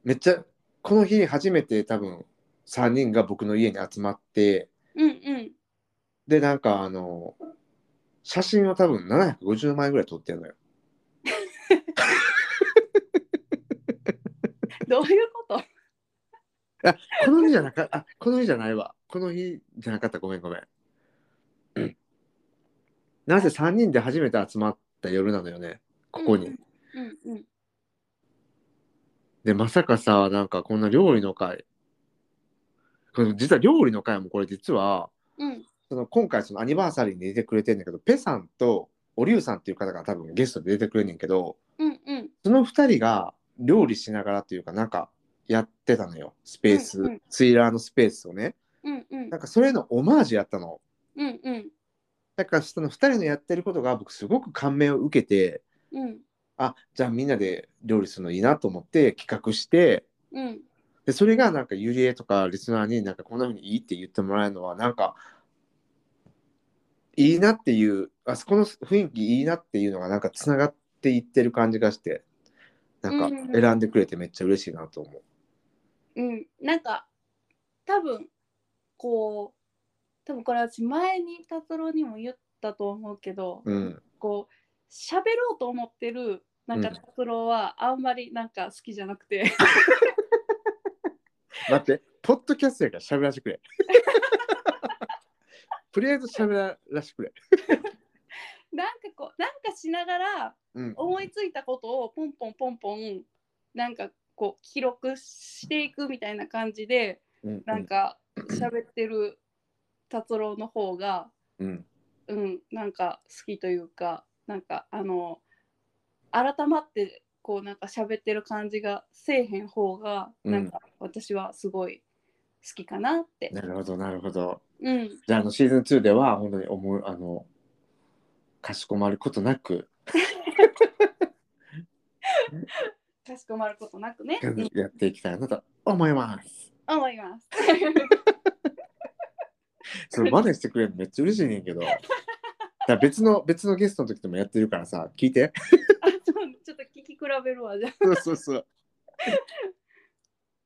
めっちゃ、この日初めて多分3人が僕の家に集まって、うん、うん。で、なんかあの、写真を多分750枚ぐらい撮ってるのよ。どういうことこの日じゃなかあ、この日じゃないわ。この日じゃなかった。ごめんごめん。うんなぜ3人で初めて集まった夜なのよね。ここに。うん、うん。で、まさかさ、なんかこんな料理の会。この実は料理の会もこれ実は、うん、その今回そのアニバーサリーに出てくれてんだけど、ペさんとおりゅうさんっていう方が多分ゲストで出てくれんねんけど、うん、うん。その2人が料理しながらっていうかなんかやってたのよ。スペース、うんうんツイラーのスペースをね。うんうんなんかそれのオマージュやったの。うんうんだからその2人のやってることが僕すごく感銘を受けて、うんあ、じゃあみんなで料理するのいいなと思って企画して、うんで、それがなんかゆりえとかリスナーになんかこんな風にいいって言ってもらえるのはなんかいいなっていう、あそこの雰囲気いいなっていうのがなんかつながっていってる感じがして、なんかうん選んでくれてめっちゃ嬉しいなと思う。うん、なんか多分こう多分これ私前に達郎にも言ったと思うけど、うん。こう喋ろうと思ってるなんかうん達郎はあんまりなんか好きじゃなくて 待って、ポッドキャストやから喋らせて くれ。とりあえず喋らせてくれ。なんかこうなんかしながらうん。思いついたことをポンポンポンポンなんかこう記録していくみたいな感じでうんなん。か喋ってる達郎の方がうん。うん、なんか好きというか、なんかあの、改まってこうなんか喋ってる感じがせえへん方が、うんなんか私はすごい好きかなって。なるほど、なるほど。うん、じゃあ、あの、シーズン2では、本当に思う、あの、かしこまることなく、かしこまることなくね、うんやっていきたいなと思います。思 います。それ、まだしてくれるのめっちゃ嬉しいねんけど。だから別の、別のゲストの時でもやってるからさ、聞いて。あちょちょっと聞き比べるわ、じゃあ。そうそうそう。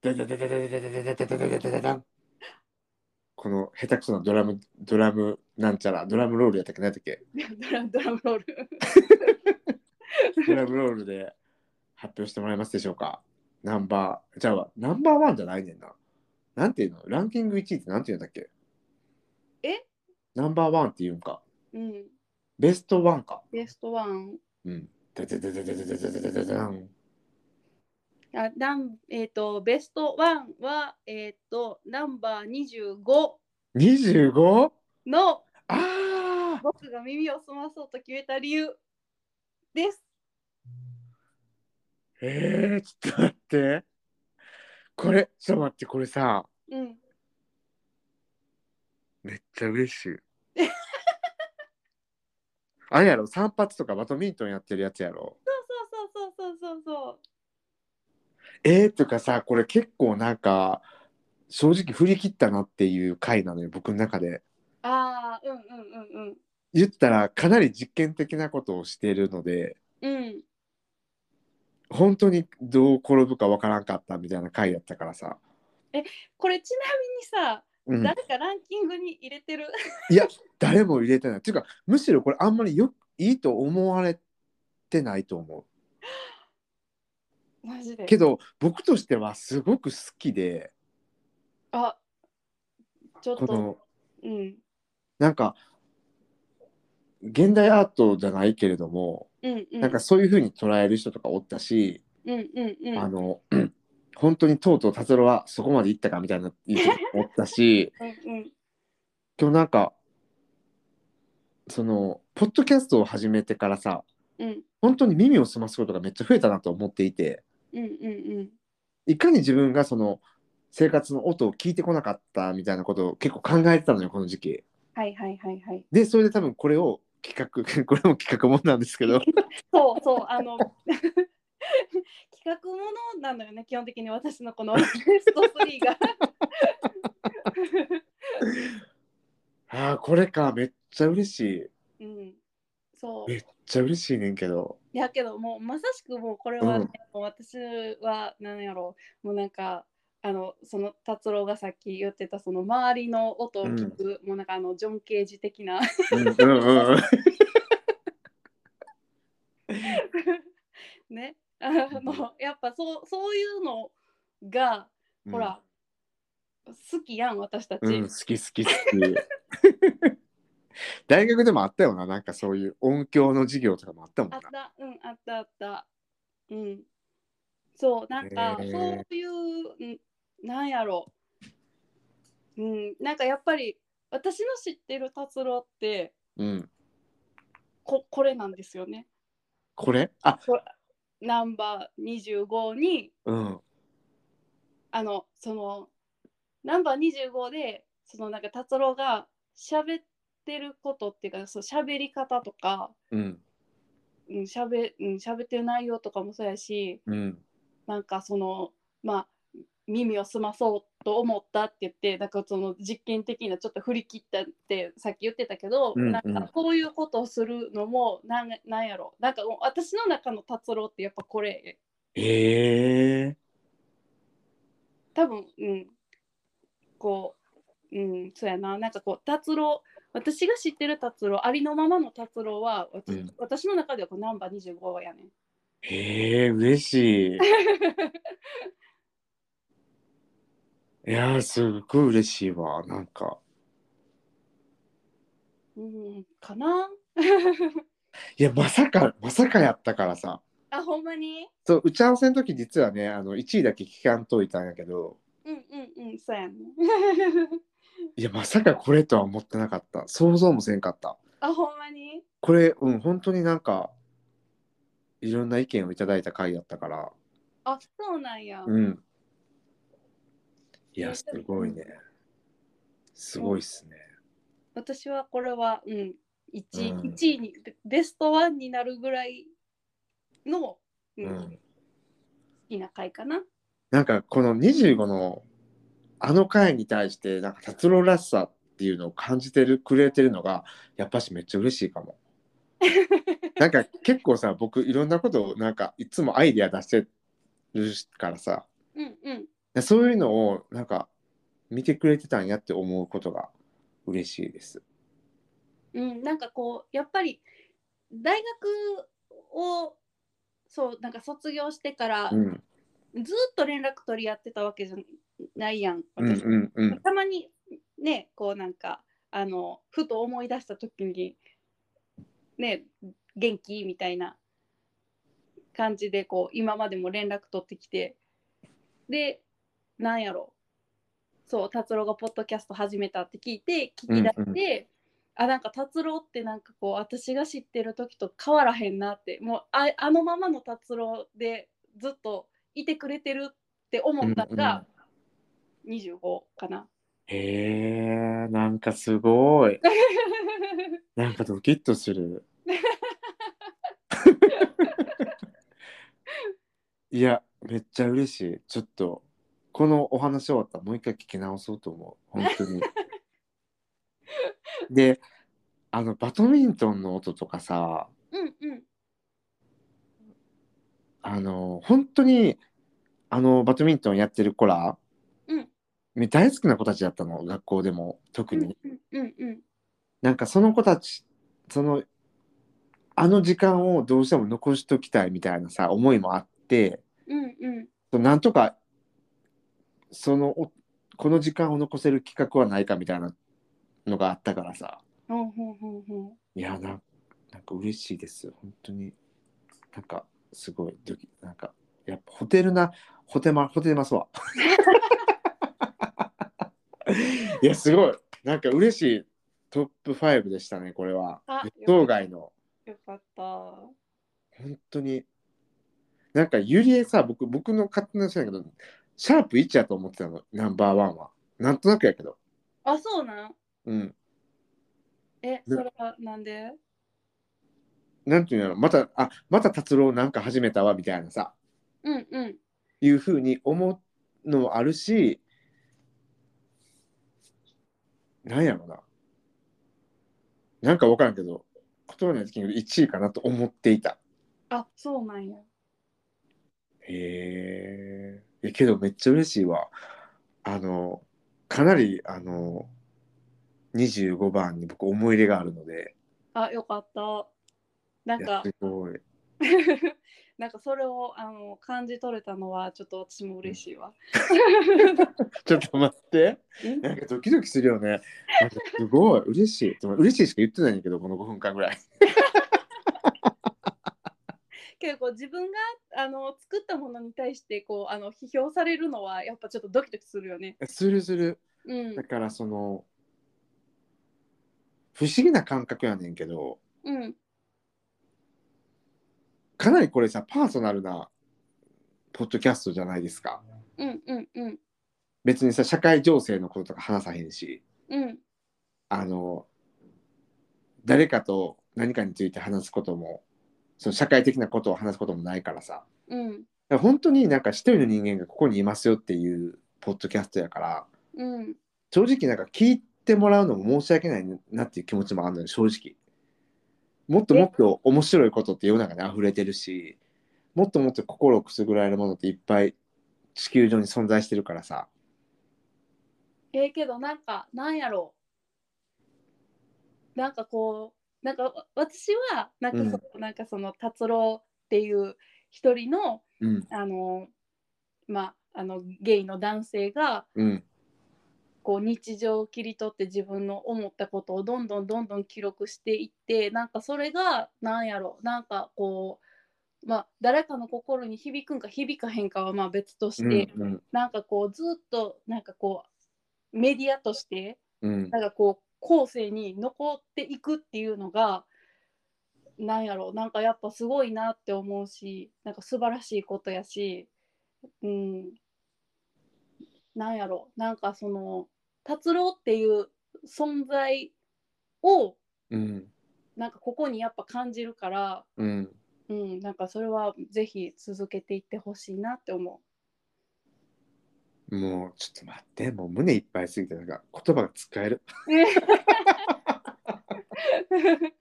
ダダダダダダダダダダダダダダダンこの下手くそなドラム、ドラムなんちゃら、ドラムロールやったっけないだっけドラドラムロール。ドラムロールで発表してもらえますでしょうかナンバー、じゃあナンバーワンじゃないねんな。なんていうのランキング1位ってなんていうんだっけえナンバーワンって言うんか。うん、ベストワンか。ベストワン。うん。ダダダダダダダダダダダンあナンえっ、と、ベストワンは、えっ、と、ナンバー25 25? のああ僕が耳を澄まそうと決めた理由です。えー、ちょっと待って。これ、ちょっと待って、これさ、うん。めっちゃ嬉しい。あれやろ、散髪とかバドミントンやってるやつやろ。そうそうそうそうそうそう。えー、とかさ、これ結構なんか、正直振り切ったなっていう回なのよ、僕の中で。ああ、うんうんうんうん。言ったら、かなり実験的なことをしているので、うん。本当にどう転ぶかわからんかったみたいな回やったからさ。これちなみにさ、うん、誰かランキングに入れてる。 誰も入れてない。っていうか、むしろこれあんまりよくいいと思われてないと思う。マジで。けど僕としてはすごく好きであ、ちょっ、ことのうん。なんか現代アートじゃないけれども、うんうん。なんかそういうふうに捉える人とかおったし、うんうんうん。あの 本当にとうとう達郎はそこまで行ったかみたいな人もおったしうんうん。今日なんかそのポッドキャストを始めてからさうん本当に耳を澄ますことがめっちゃ増えたなと思っていてうんうんうん。いかに自分がその生活の音を聞いてこなかったみたいなことを結構考えてたのよこの時期。はいはいはいはい。で、それで多分これを企画、 これも企画もんなんですけど、そうそう、あの。 企画ものなのよね、基本的に私のこのベ スト3が。ああ、これか、めっちゃ嬉しい。うん。そう。めっちゃ嬉しいねんけど。いやけどもうまさしくもうこれは、ねうんもう私は何やろうもうなんかあのその達郎がさっき言ってたその周りの音を聞く、もうなんかあのジョン・ケージ的な うんうんうん。ねあのやっぱそうそういうのがほら、好きやん私たち、うん、うん、好き好き 好き。大学でもあったよな、なんかそういう音響の授業とかもあったもんあなっ。たうんあったあったうんそうなんかへーそういうんなんやろうんなんかやっぱり私の知ってる達郎ってうん。ここれなんですよねこれあ、こナンバー25にうん。あのそのナンバー25でそのなんか達郎が喋ってることっていうかそう喋り方とかうん。うん喋、うん、喋ってる内容とかもそうやしうん。なんかそのまあ耳を澄まそうと思ったって言ってなんかその実験的なちょっと振り切ったってさっき言ってたけど、うんうんなんかこういうことをするのもなんなんやろなんかもう私の中の達郎ってやっぱこれへえ。多分、うん、こううん、そうやな、なんかこう、達郎、私が知ってる達郎、ありのままの達郎は、私,、うん私の中ではこうナンバー25やねん。へえ嬉しいいやーすっごい嬉しいわなんかうん、かな。いやまさかまさかやったからさあ、ほんまにそう打ち合わせの時実はねあの1位だけ聞かんといたんやけどうんうんうん、そうやね。いやまさかこれとは思ってなかった想像もせんかった あ、ほんまにこれうん本当になんかいろんな意見をいただいた回だったからあ、そうなんや。うんいやすごいねすごいっすね私はこれは、うん、1, うん一位に、ベベストワンになるぐらいの、うんう好んきな回かな。なんかこの25のあの回に対してなんか達郎らしさっていうのを感じてるくれてるのがやっぱしめっちゃ嬉しいか も。なんか結構さ僕いろんなことをなんかいつもアイデア出してるからさうんうん。そういうのをなんか見てくれてたんやって思うことが嬉しいです。うん、なんかこうやっぱり大学をそうなんか卒業してから、うん、ずっと連絡取り合ってたわけじゃないやんうん、う私、ん、うん、たまにねこうなんかあのふと思い出した時にね元気みたいな感じでこう今までも連絡取ってきてでなんやろそう達郎がポッドキャスト始めたって聞いて聞き出して、うんうんあなんか達郎ってなんかこう私が知ってる時と変わらへんなってもうああのままの達郎でずっといてくれてるって思ったのが25かな。へえ、なんかすごい。なんかドキッとす る。いや、めっちゃ嬉しい。ちょっと、このお話終わったらもう一回聞き直そうと思う。本当 に。で、あの、バドミントンの音とかさ、 うんうんあの、本当に、あの、バドミントンやってる子ら、うん大好きな子たちだったの、学校でも、特うに。んうんうんうんなんかその子たちそのあの時間をどうしても残しときたいみたいなさ思いもあってうんうんなんとかそのおこの時間を残せる企画はないかみたいなのがあったからさほんほんほんほんいやななんか嬉しいです本当になんかすごいドキなんかやっぱホテルなホテマホテますわ いやすごいなんか嬉しいトップ5でしたねこれはあ列島外のよかった。本当になんかゆりえさ僕僕の勝手な話だけどシャープ1やと思ってたのナンバーワンはなんとなくやけどあそうなんうんえそれはなんでなんていうのまたあまた達郎なんか始めたわみたいなさうんうんいうふうに思うのもあるしなんやろななんか分からんけど言葉ない時に1位かなと思っていたあそうなんや。へえいやけどめっちゃ嬉しいわあのかなりあの25番に僕思い入れがあるのであよかった。なんいやかすごい なんかそれをあの感じ取れたのはちょっと私も嬉しいわ。ちょっと待ってうんなんかドキドキするよねなんかすごい嬉しいでも嬉しいしか言ってないんだけどこの5分間ぐらい結構自分があの作ったものに対してこうあの批評されるのはやっぱちょっとドキドキするよね。するするうんだからその不思議な感覚やねんけどうんかなりこれさパーソナルなポッドキャストじゃないですかうんうんうん別にさ社会情勢のこととか話さへんしうんあの誰かと何かについて話すこともその社会的なことを話すこともないからさだかうんら本当になんか一人の人間がここにいますよっていうポッドキャストやからうん正直なんか聞いてもらうのも申し訳ないなっていう気持ちもあるのよ正直もっともっと面白いことって世の中に溢れてるしもっともっと心をくすぐられるものっていっぱい地球上に存在してるからさええけどなんかなんやろうなんかこうなんか私はなんかその、なんかその達郎っていう一人のうんあのまああのゲイの男性がうんこう日常を切り取って自分の思ったことをどんどんどんどん記録していってなんかそれがなんやろなんかこうまあ誰かの心に響くんか響かへんかはまあ別として、うんなんかこうずっとなんかこうメディアとしてうんなんかこう後世に残っていくっていうのがなんやろなんかやっぱすごいなって思うしなんか素晴らしいことやしうんなんやろなんかその達郎っていう存在をうんなんかここにやっぱ感じるから、うんうん、なんかそれはぜひ続けていってほしいなって思もうちょっと待ってもう胸いっぱいすぎてなんか言葉が使えるう。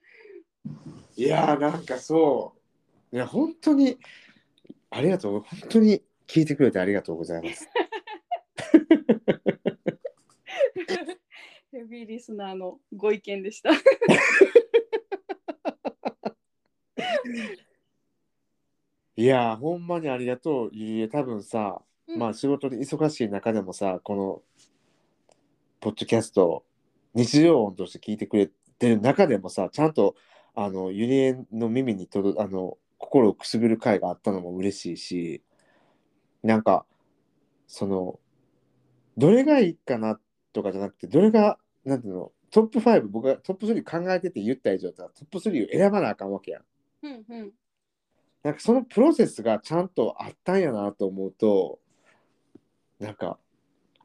いやーなんかそういや本当にありがとう本当に聞いてくれてありがとうございますヘビーリスナーのご意見でした。いやーほんまにありがとういいえ多分さ、まあ仕事で忙しい中でもさこのポッドキャストを日常音として聞いてくれてる中でもさちゃんとあのゆりえの耳にとどあの心をくすぐる会があったのも嬉しいしなんかそのどれがいいかなとかじゃなくてどれがなんていうのトップ5僕がトップ3考えてて言った以上だトップ3を選ばなあかんわけやん。うんうんなんかそのプロセスがちゃんとあったんやなと思うとなんか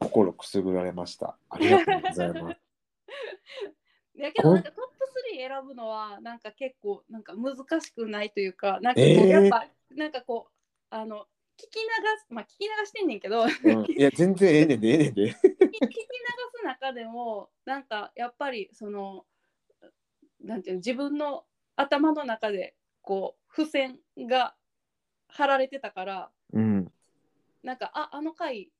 心くすぐられました。ありがとうございます。やけどなんかトップ3選ぶのはなんか結構なんか難しくないというかなんかこうえーやっぱなんかこうあの聞き流すまあ聞き流してんねんけど聞き うん、いや全然ええねんでええねんで。聞き流す中でもなんかやっぱりそのなんていうの自分の頭の中でこう付箋が貼られてたからうんなんかああの回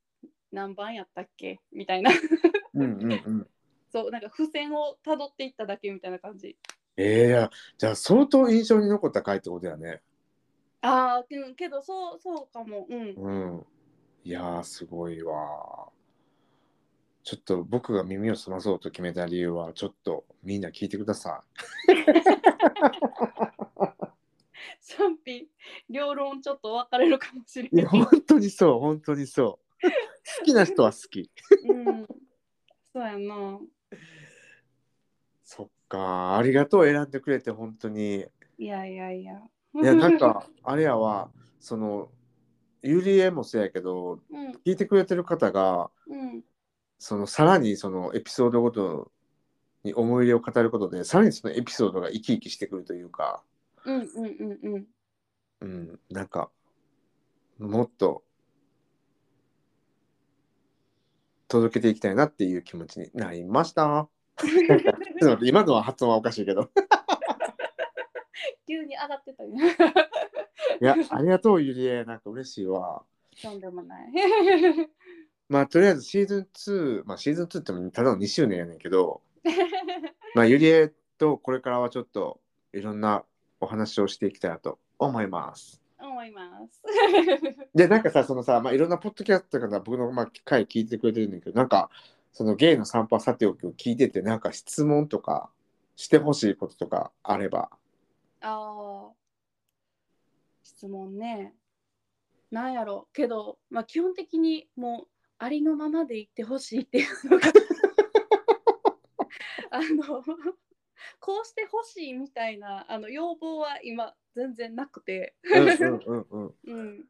何番やったっけみたいな うんうんうん。そうなんか付箋をたどっていっただけみたいな感じええいやじゃあ相当印象に残った回ってことやね。ああうんけどそうそうかもうんうん。いやーすごいわ。ちょっと僕が耳を澄まそうと決めた理由はちょっとみんな聞いてください。賛否両論ちょっと分かれるかもしれいないや。本当にそう本当にそう。好きな人は好き。うん、そうやな。そっか、ありがとう、選んでくれて、本当に。いやいやいや。いや、なんか、あれやわ、その、ゆりえもそうやけど、うん聞いてくれてる方が、うんその、さらにそのエピソードごとに思い入れを語ることで、さらにそのエピソードが生き生きしてくるというか、うんうんうんうん。うん、なんか、もっと、届けていきたいなっていう気持ちになりました。ちょっと待って今のは発音はおかしいけど。急に上がってたね。いや、ありがとう、ゆりえ。なんか嬉しいわ。とんでもない。まあとりあえずシーズン2、まあ、シーズン2ってもただの2周年やねんけど、まあ、ゆりえとこれからはちょっといろんなお話をしていきたいなと思います。思います。でなんかさそのさ、まあ、いろんなポッドキャストとかさ僕の、まあ、回聞いてくれてるんだけどなんかそのゲイの散歩はさておきを聞いててなんか質問とかしてほしいこととかあれば。ああ。質問ね。なんやろうけど、まあ、基本的にもうありのままで言ってほしいっていうのが あのこうしてほしいみたいなあの要望は今全然なくて、うんうんうんうんうん、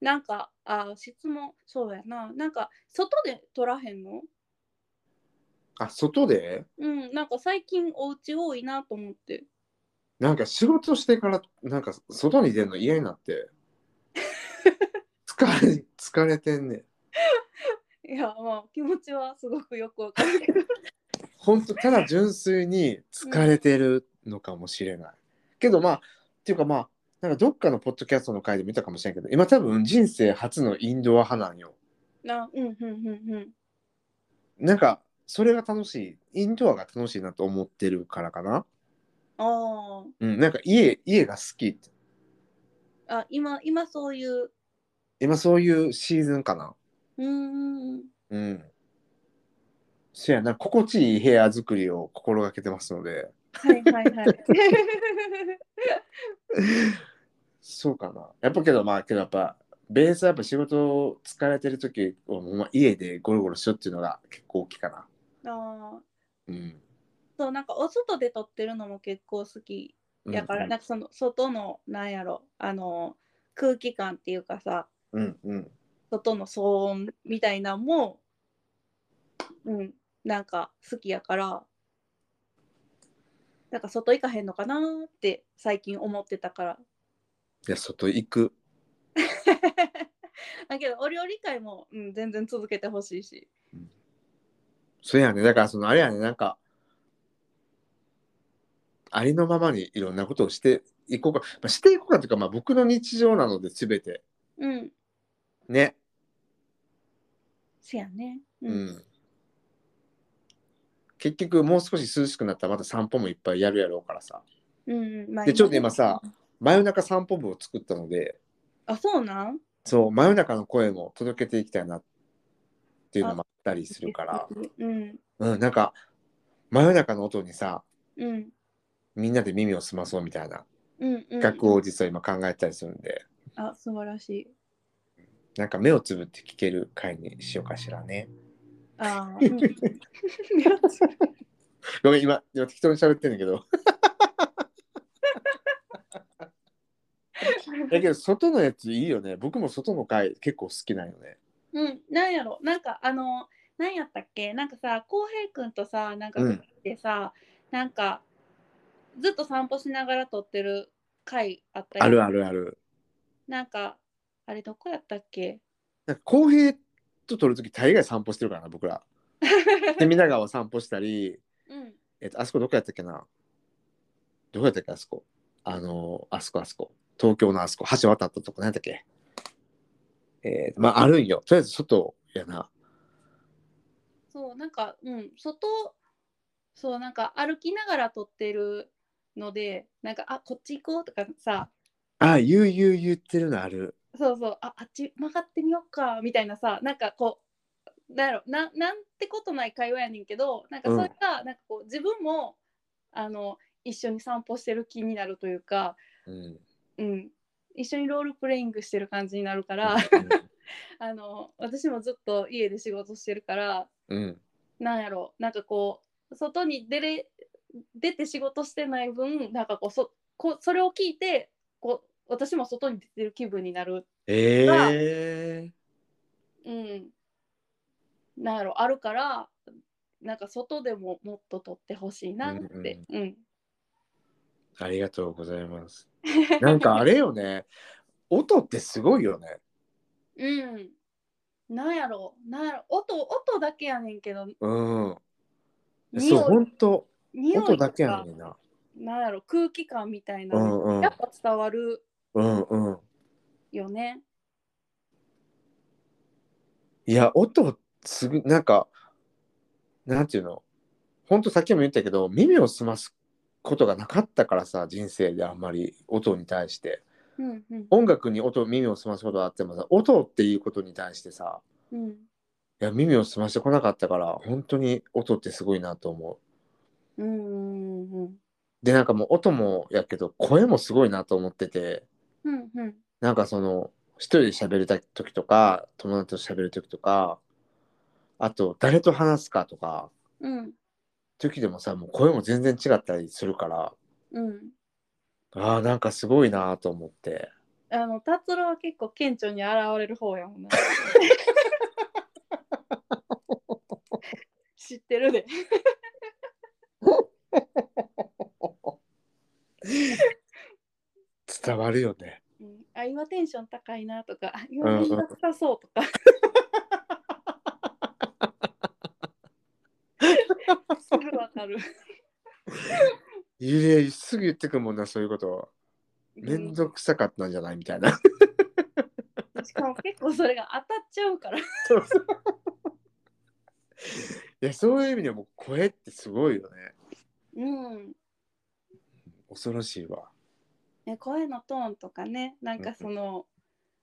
なんかあ質問そうやななんか外で撮らへんのあ外でうんなんか最近お家多いなと思ってなんか仕事してからなんか外に出るの嫌になって疲れ疲れてんねん。いやまあ気持ちはすごくよくわかるけど本当ただ純粋に疲れてるのかもしれない、けどまあっていうかまあなんかどっかのポッドキャストの回で見たかもしれないけど今多分人生初のインドア派なんよなうんうんうんうんなんかそれが楽しいインドアが楽しいなと思ってるからかな、あうん、なんか家家が好きってああ今今そういう今そういうシーズンかなうーんうんそやな心地いい部屋作りを心がけてますのではいはいはいそうかなやっぱけどまあけどやっぱベースはやっぱ仕事疲れてる時をほんま家でゴロゴロしようっていうのが結構大きいかな あうーんそうなんかお外で撮ってるのも結構好きやから、なんかその外のなんやろあの空気感っていうかさうんうん外の騒音みたいなんもうんなんか好きやからなんか外行かへんのかなーって最近思ってたからいや外行くだけどお料理会も、うん、全然続けてほしいしそうやね。だから、そのあれやね、なんか、ありのままにいろんなことをしていこうか。まあ、していこうかというか、まあ、僕の日常なので、すべて。うんね。せやねう、うんん。結局、もう少し涼しくなったら、また散歩もいっぱいやるやろうからさ。うんまあで、ちょっと今さ、真夜中散歩部を作ったので、あそうなんそう、真夜中の声も届けていきたいなっていうのもあったりするから、うんうん、なんか、真夜中の音にさ、うんみんなで耳を澄まそうみたいなうんうん企画を実は今考えたりするんで、あ素晴らしいなんか目をつぶって聞ける回にしようかしらね。あ ー、うん、ごめん、今、今適当に喋ってんだけ ど。だけど、外のやついいよね。僕も外の回結構好きなんよね。うん、 なんやろなんかあのなんやったっけなんかさ浩平君とさなんかうんでさ、なんかずっと散歩しながら撮ってる回あったよあるあるある。なんかあれどこやったっけ なんか公平と撮るとき、大概散歩してるからな、僕ら。隅田川散歩したり、うんえっと、あそこどこやったっけなどこやったっけ、あそこ。あの、あそこあそこ。東京のあそこ、橋渡ったとこ、なんだっけ。えー、まあ、あるんよ。とりあえず外やな。そうなんかうん外そうなんか歩きながら撮ってるのでなんかあこっち行こうとかさあ、言う言う言ってるのある。そうそうああっち曲がってみようかみたいなさなんかこうなんやろななんてことない会話やねんけどなんかうんそれが、なんかこう自分もあの一緒に散歩してる気になるというか、うん。うん、一緒にロールプレイングしてる感じになるから、あの私もずっと家で仕事してるからうん。なんやろなんかこう外に出れ出て仕事してない分なんかこうそこうそれを聞いてこう私も外に出てる気分になる ええうん、なんやろあるからなんか外でももっと撮ってほしいなって、うんありがとうござい ます。なんかあれよね。音ってすごいよね。うんなんやろなんやろ音音だけやねんけどうん。そう、匂い本当匂い音とだけやのかにな。なんやろ空気感みたいなうの、んうんや。っぱ伝わるうんうん。よね。いや、音、すぐ、なんか、なんていうの。本当さっきも言ったけど、耳を澄ますことがなかったからさ、人生であんまり音に対して。うんうん音楽に音、耳を澄ますことはあってもさ、音っていうことに対してさ、うんいや耳を澄ましてこなかったから本当に音ってすごいなと思ううんうんうんでなんかもう音もやけど声もすごいなと思っててうんうんなんかその一人で喋りたい時とか友達と喋る時とかあと誰と話すかとかうん時でもさもう声も全然違ったりするからうんあーなんかすごいなと思ってあの達郎は結構顕著に現れる方やもんな。 知ってるで。伝わるよねうん、あ今テンション高いなとかあ今面倒くさそうと か。すぐわかる。ゆりえすぐ言ってくもんなそういうことう面ん倒くさかったんじゃないみたいな しかも結構それが当たっちゃうから。いやそういう意味でも声ってすごいよねうん恐ろしいわね、声のトーンとかねなんかその、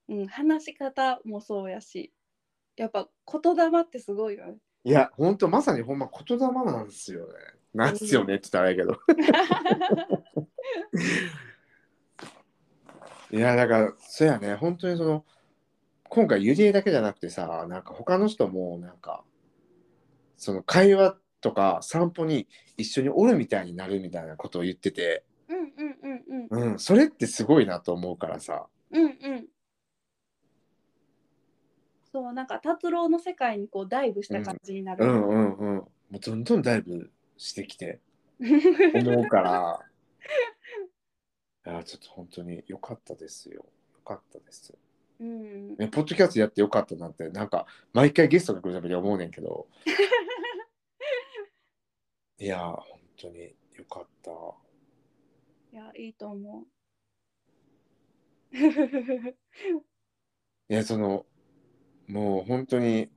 うん、話し方もそうやしやっぱ言霊ってすごい よね。いやほんとまさにほんま言霊なんですよねなんすよねって言ったらあれやけどいやだからそうやね本当にその今回ゆりえだけじゃなくてさなんか他の人もなんかその会話とか散歩に一緒におるみたいになるみたいなことを言ってて、うんうんうんうんうん、それってすごいなと思うからさうんうん。そうなんか達郎の世界にこうダイブした感じになうる。んうんうんもうどんどんだいぶしてきて思うからいやちょっと本当に良かったですよ良かったです、うんね、ポッドキャストやって良かったなってなんか毎回ゲストが来るたびに思うねんけ どいや本当に良かったいやいいと思う。 いやそのもう本当に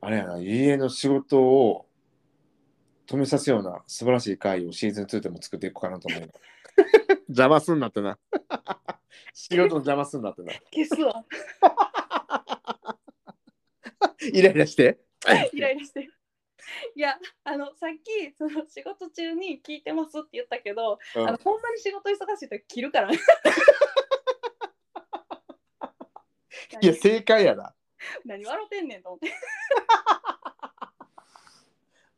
あれやな家の仕事を止めさせような素晴らしい回をシーズン2でも作っていこうかなと思う 邪魔すんなってな 仕事の邪魔すんなってな消すわ。イライラしてイライラして。いやあのさっきその仕事中に聞いてますって言ったけど、うんあのほんまに仕事忙しい時切 るから。いや正解やな何笑ってんねんと思って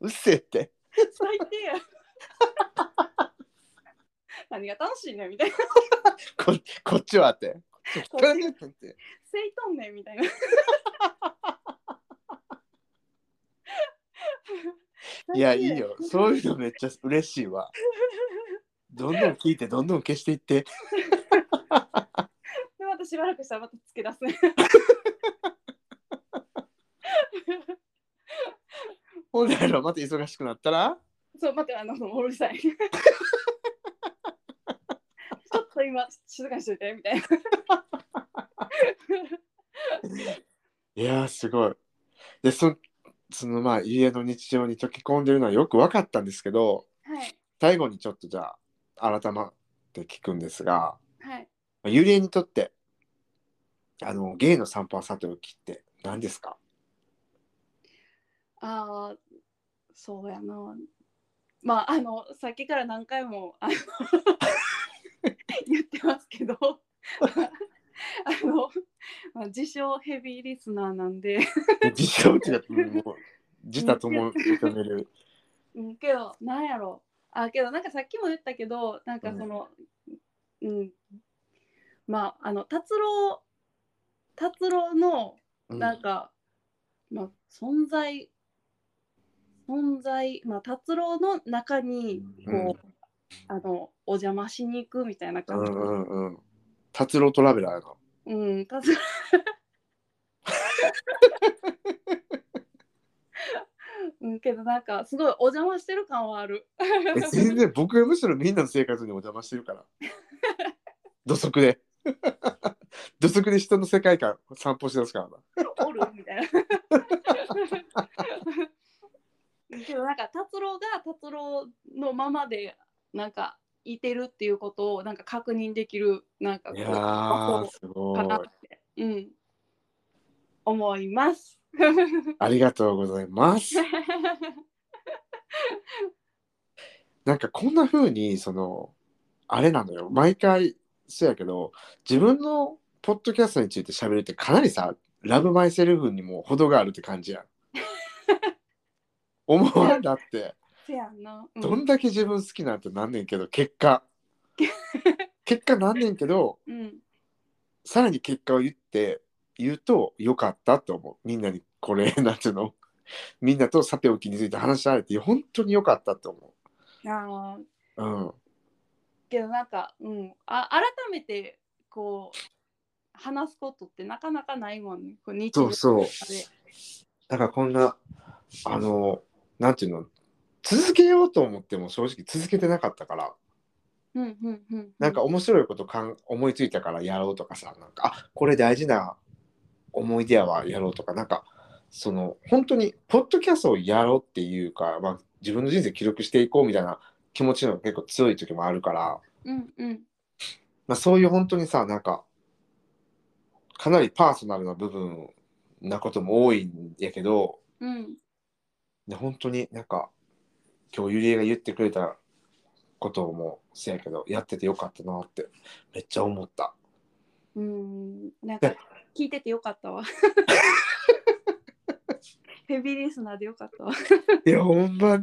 うっせえって最低や 何が楽しいねんみた いなここっちはってこっちこれねってせいとんねんみ たいなっていやいいよそういうのめっちゃ嬉しいわどんどん聞いてどんどん消していってでまたしばらくしたらまたつ け出すねほんならまた忙しくなったらそう待ってあのもううるさいちょっと今静かにしといてみたいないやーすごい。でそそのまあ家の日常に溶け込んでるのはよく分かったんですけどはい最後にちょっとじゃあ改まって聞くんですがはいまあゆりえにとってあのゲイの散歩はさておきって何ですかああそうやなまああのさっきから何回もあの 言ってますけどあの、まあ、自称ヘビーリスナーなんで、自称ってだともう自他とも認める。うん、けどなんやろあけどなんかさっきも言ったけどなんかそのうん、まああの達郎達郎のうん なんか、まあ存在存在まあ達郎の中にこう、あのお邪魔しに行くみたいなう感んじ、うんうん。達郎トラベラーの。うん、達郎 うん、けどなんかすごいお邪魔してる感はある。 え全然僕はむしろみんなの生活にお邪魔してる から土足で 土足で人の世界観散歩してますからなおるみたいな。 けどなんか達郎が達郎のままでなんかいてるっていうことをなんか確認できるなんかこいやう ーすごかいなって、うん、思います。 ありがとうござい ますなんかこんな風にそのあれなのよ毎回そうやけど自分のポッドキャストについて喋るってかなりさラブマイセルフにも程があるって感じ やん思わんだってせやんな。うどんん。だけ自分好きなんてなんねんけど結果結果なんねんけどうん、さらに結果を言って言うとよかったと思うみんなにこれなんていうのみんなとさておきについて話し合えて本当によかったと思あうーうんけどなんか、うん、あ改めてこう話すことってなかなかないもんね。こう日常そうそうとかでだからこんなあのなんていうの続けようと思っても正直続けてなかったからうんうんうんうん、なんか面白いことかん思いついたからやろうとかさなんかあこれ大事な思い出やわやろうとかなんかその本当にポッドキャストをやろうっていうか、まあ、自分の人生記録していこうみたいな気持ちの方が結構強い時もあるから、うんうんまあ、そういう本当にさなんかかなりパーソナルな部分なことも多いんやけどうんで本当になんか今日ゆりえが言ってくれたこともせやけどやっててよかったなってめっちゃ思った。うんなんか聞いててよかったわ ヘビーリスナーでよかったわいやほんま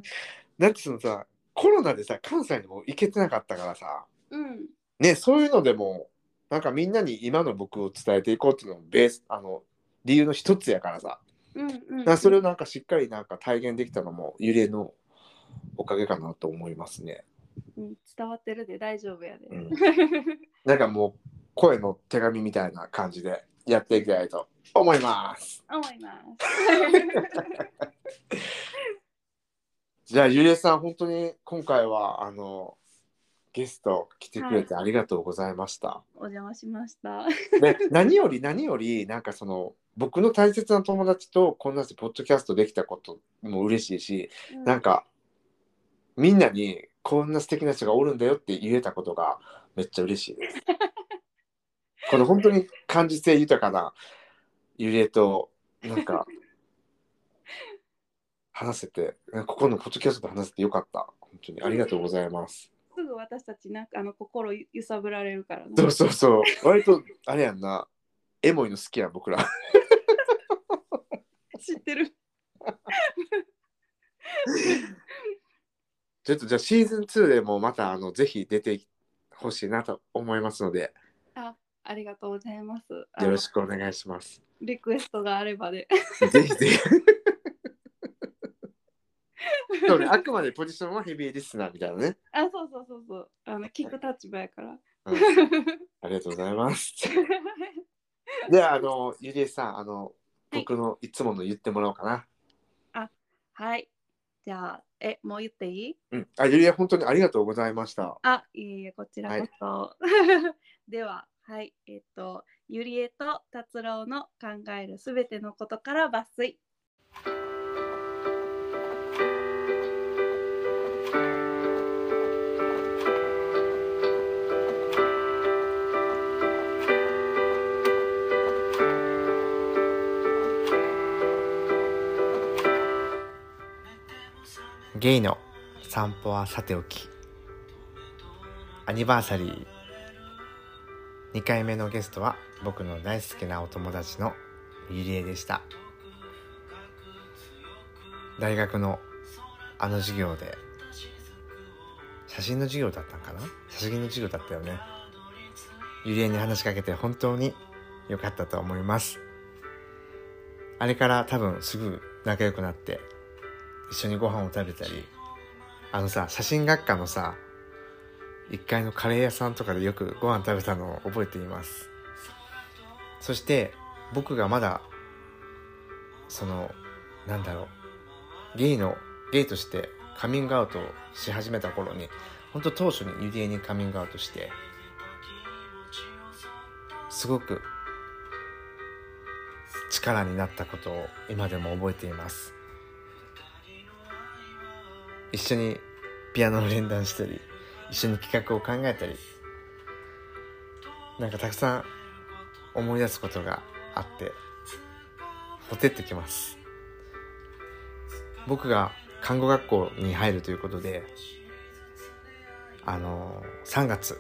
だってそのさコロナでさ関西にも行けてなかったからさうんねそういうのでもなんかみんなに今の僕を伝えていこうっていうのもベースあの理由の一つやからさうんうん、だからそれをなんかしっかりなんか体現できたのもゆりえのおかげかなと思いますね。うん伝わってるで大丈夫やで、うん、なんかもう声の手紙みたいな感じでやっていきたいと思います。 思い ますじゃあゆりえさん本当に今回はあのゲスト来てくれてありがとうございました。お邪魔しましたで何より何よりなんかその僕の大切な友達とこんなしてポッドキャストできたことも嬉しいしなんかみんなにこんな素敵な人がおるんだよって言えたことがめっちゃ嬉しいです。この本当に感受性豊かなゆりえとなんか話せてここのポッドキャストと話せてよかった本当にありがとうございます。すぐ私たちなんかあの心揺さぶられるからなそうそうそう割とあれやんなエモいの好きやん僕ら。知ってるちょっとじゃあシーズン2でもまたあのぜひ出てほしいなと思いますのでありがとうございますよよろしくお願いします。リクエストがあればでぜひぜひ。そうね、あくまでポジションはヘビーリスナーみたいなね。 あそうそうそうそうあの聞く立場や から うんありがとうございます。ではあのゆりえさんあのはい僕のいつもの言ってもらおうかな。はいじゃあえもう言っていいうん、あゆりえ本当にありがとうございました。あ、いえいえ、こちらこそ。 では、はい、えっ、と、ゆりえと達郎の考えるすべてのことから抜粋。ゲイの散歩はさておきアニバーサリー2回目のゲストは僕の大好きなお友達のゆりえでした大学のあの授業で写真の授業だったんかな写真の授業だったよねゆりえに話しかけて本当に良かったと思いますあれから多分すぐ仲良くなって一緒にご飯を食べたりあのさ写真学科のさ1階のカレー屋さんとかでよくご飯食べたのを覚えていますそして僕がまだそのなんだろうゲイのゲイとしてカミングアウトをし始めた頃に本当当初にゆりえにカミングアウトしてすごく力になったことを今でも覚えています一緒にピアノを連弾したり一緒に企画を考えたりなんかたくさん思い出すことがあってほてってきます僕が看護学校に入るということであの3月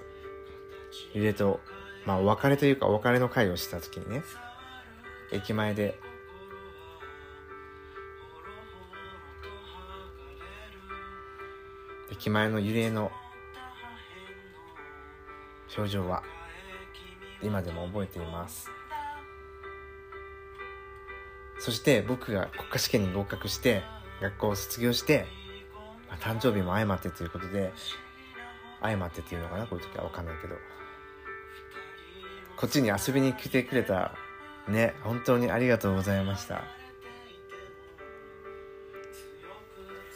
ゆりえと、まあ、お別れというかお別れの会をした時にね駅前で駅前の揺れの表情は今でも覚えていますそして僕が国家試験に合格して学校を卒業して、まあ、誕生日も相まってということで相まってっていうのかなこういう時は分かんないけどこっちに遊びに来てくれたね本当にありがとうございました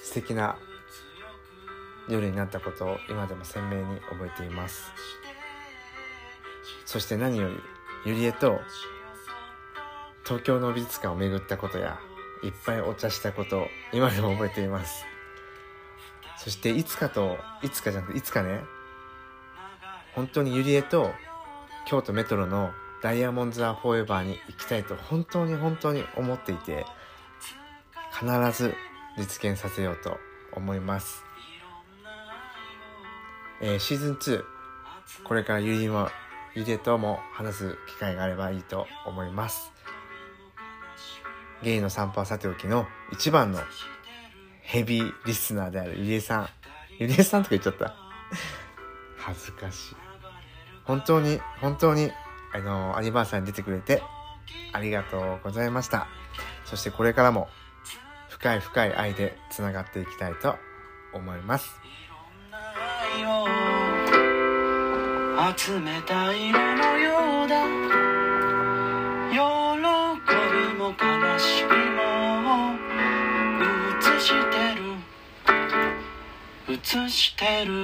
素敵な夜になったことを今でも鮮明に覚えていますそして何よりゆりえと東京の美術館を巡ったことやいっぱいお茶したことを今でも覚えていますそしていつかといつかじゃなくていつかね本当にゆりえと京都メトロのダイヤモンズ・ア・フォーエバーに行きたいと本当に本当に思っていて必ず実現させようと思います、えーシーズン2これからゆりもゆりえとも話す機会があればいいと思いますゲイの散歩はさておきの一番のヘビーリスナーであるゆりえさんゆりえさんとか言っちゃった恥ずかしい本当に本当にあのアニバーサリーに出てくれてありがとうございましたそしてこれからも深い深い愛でつながっていきたいと思います愛を集めた色のようだ喜びも悲しみも映してる映してる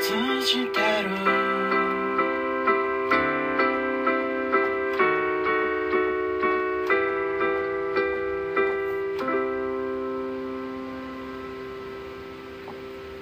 映してる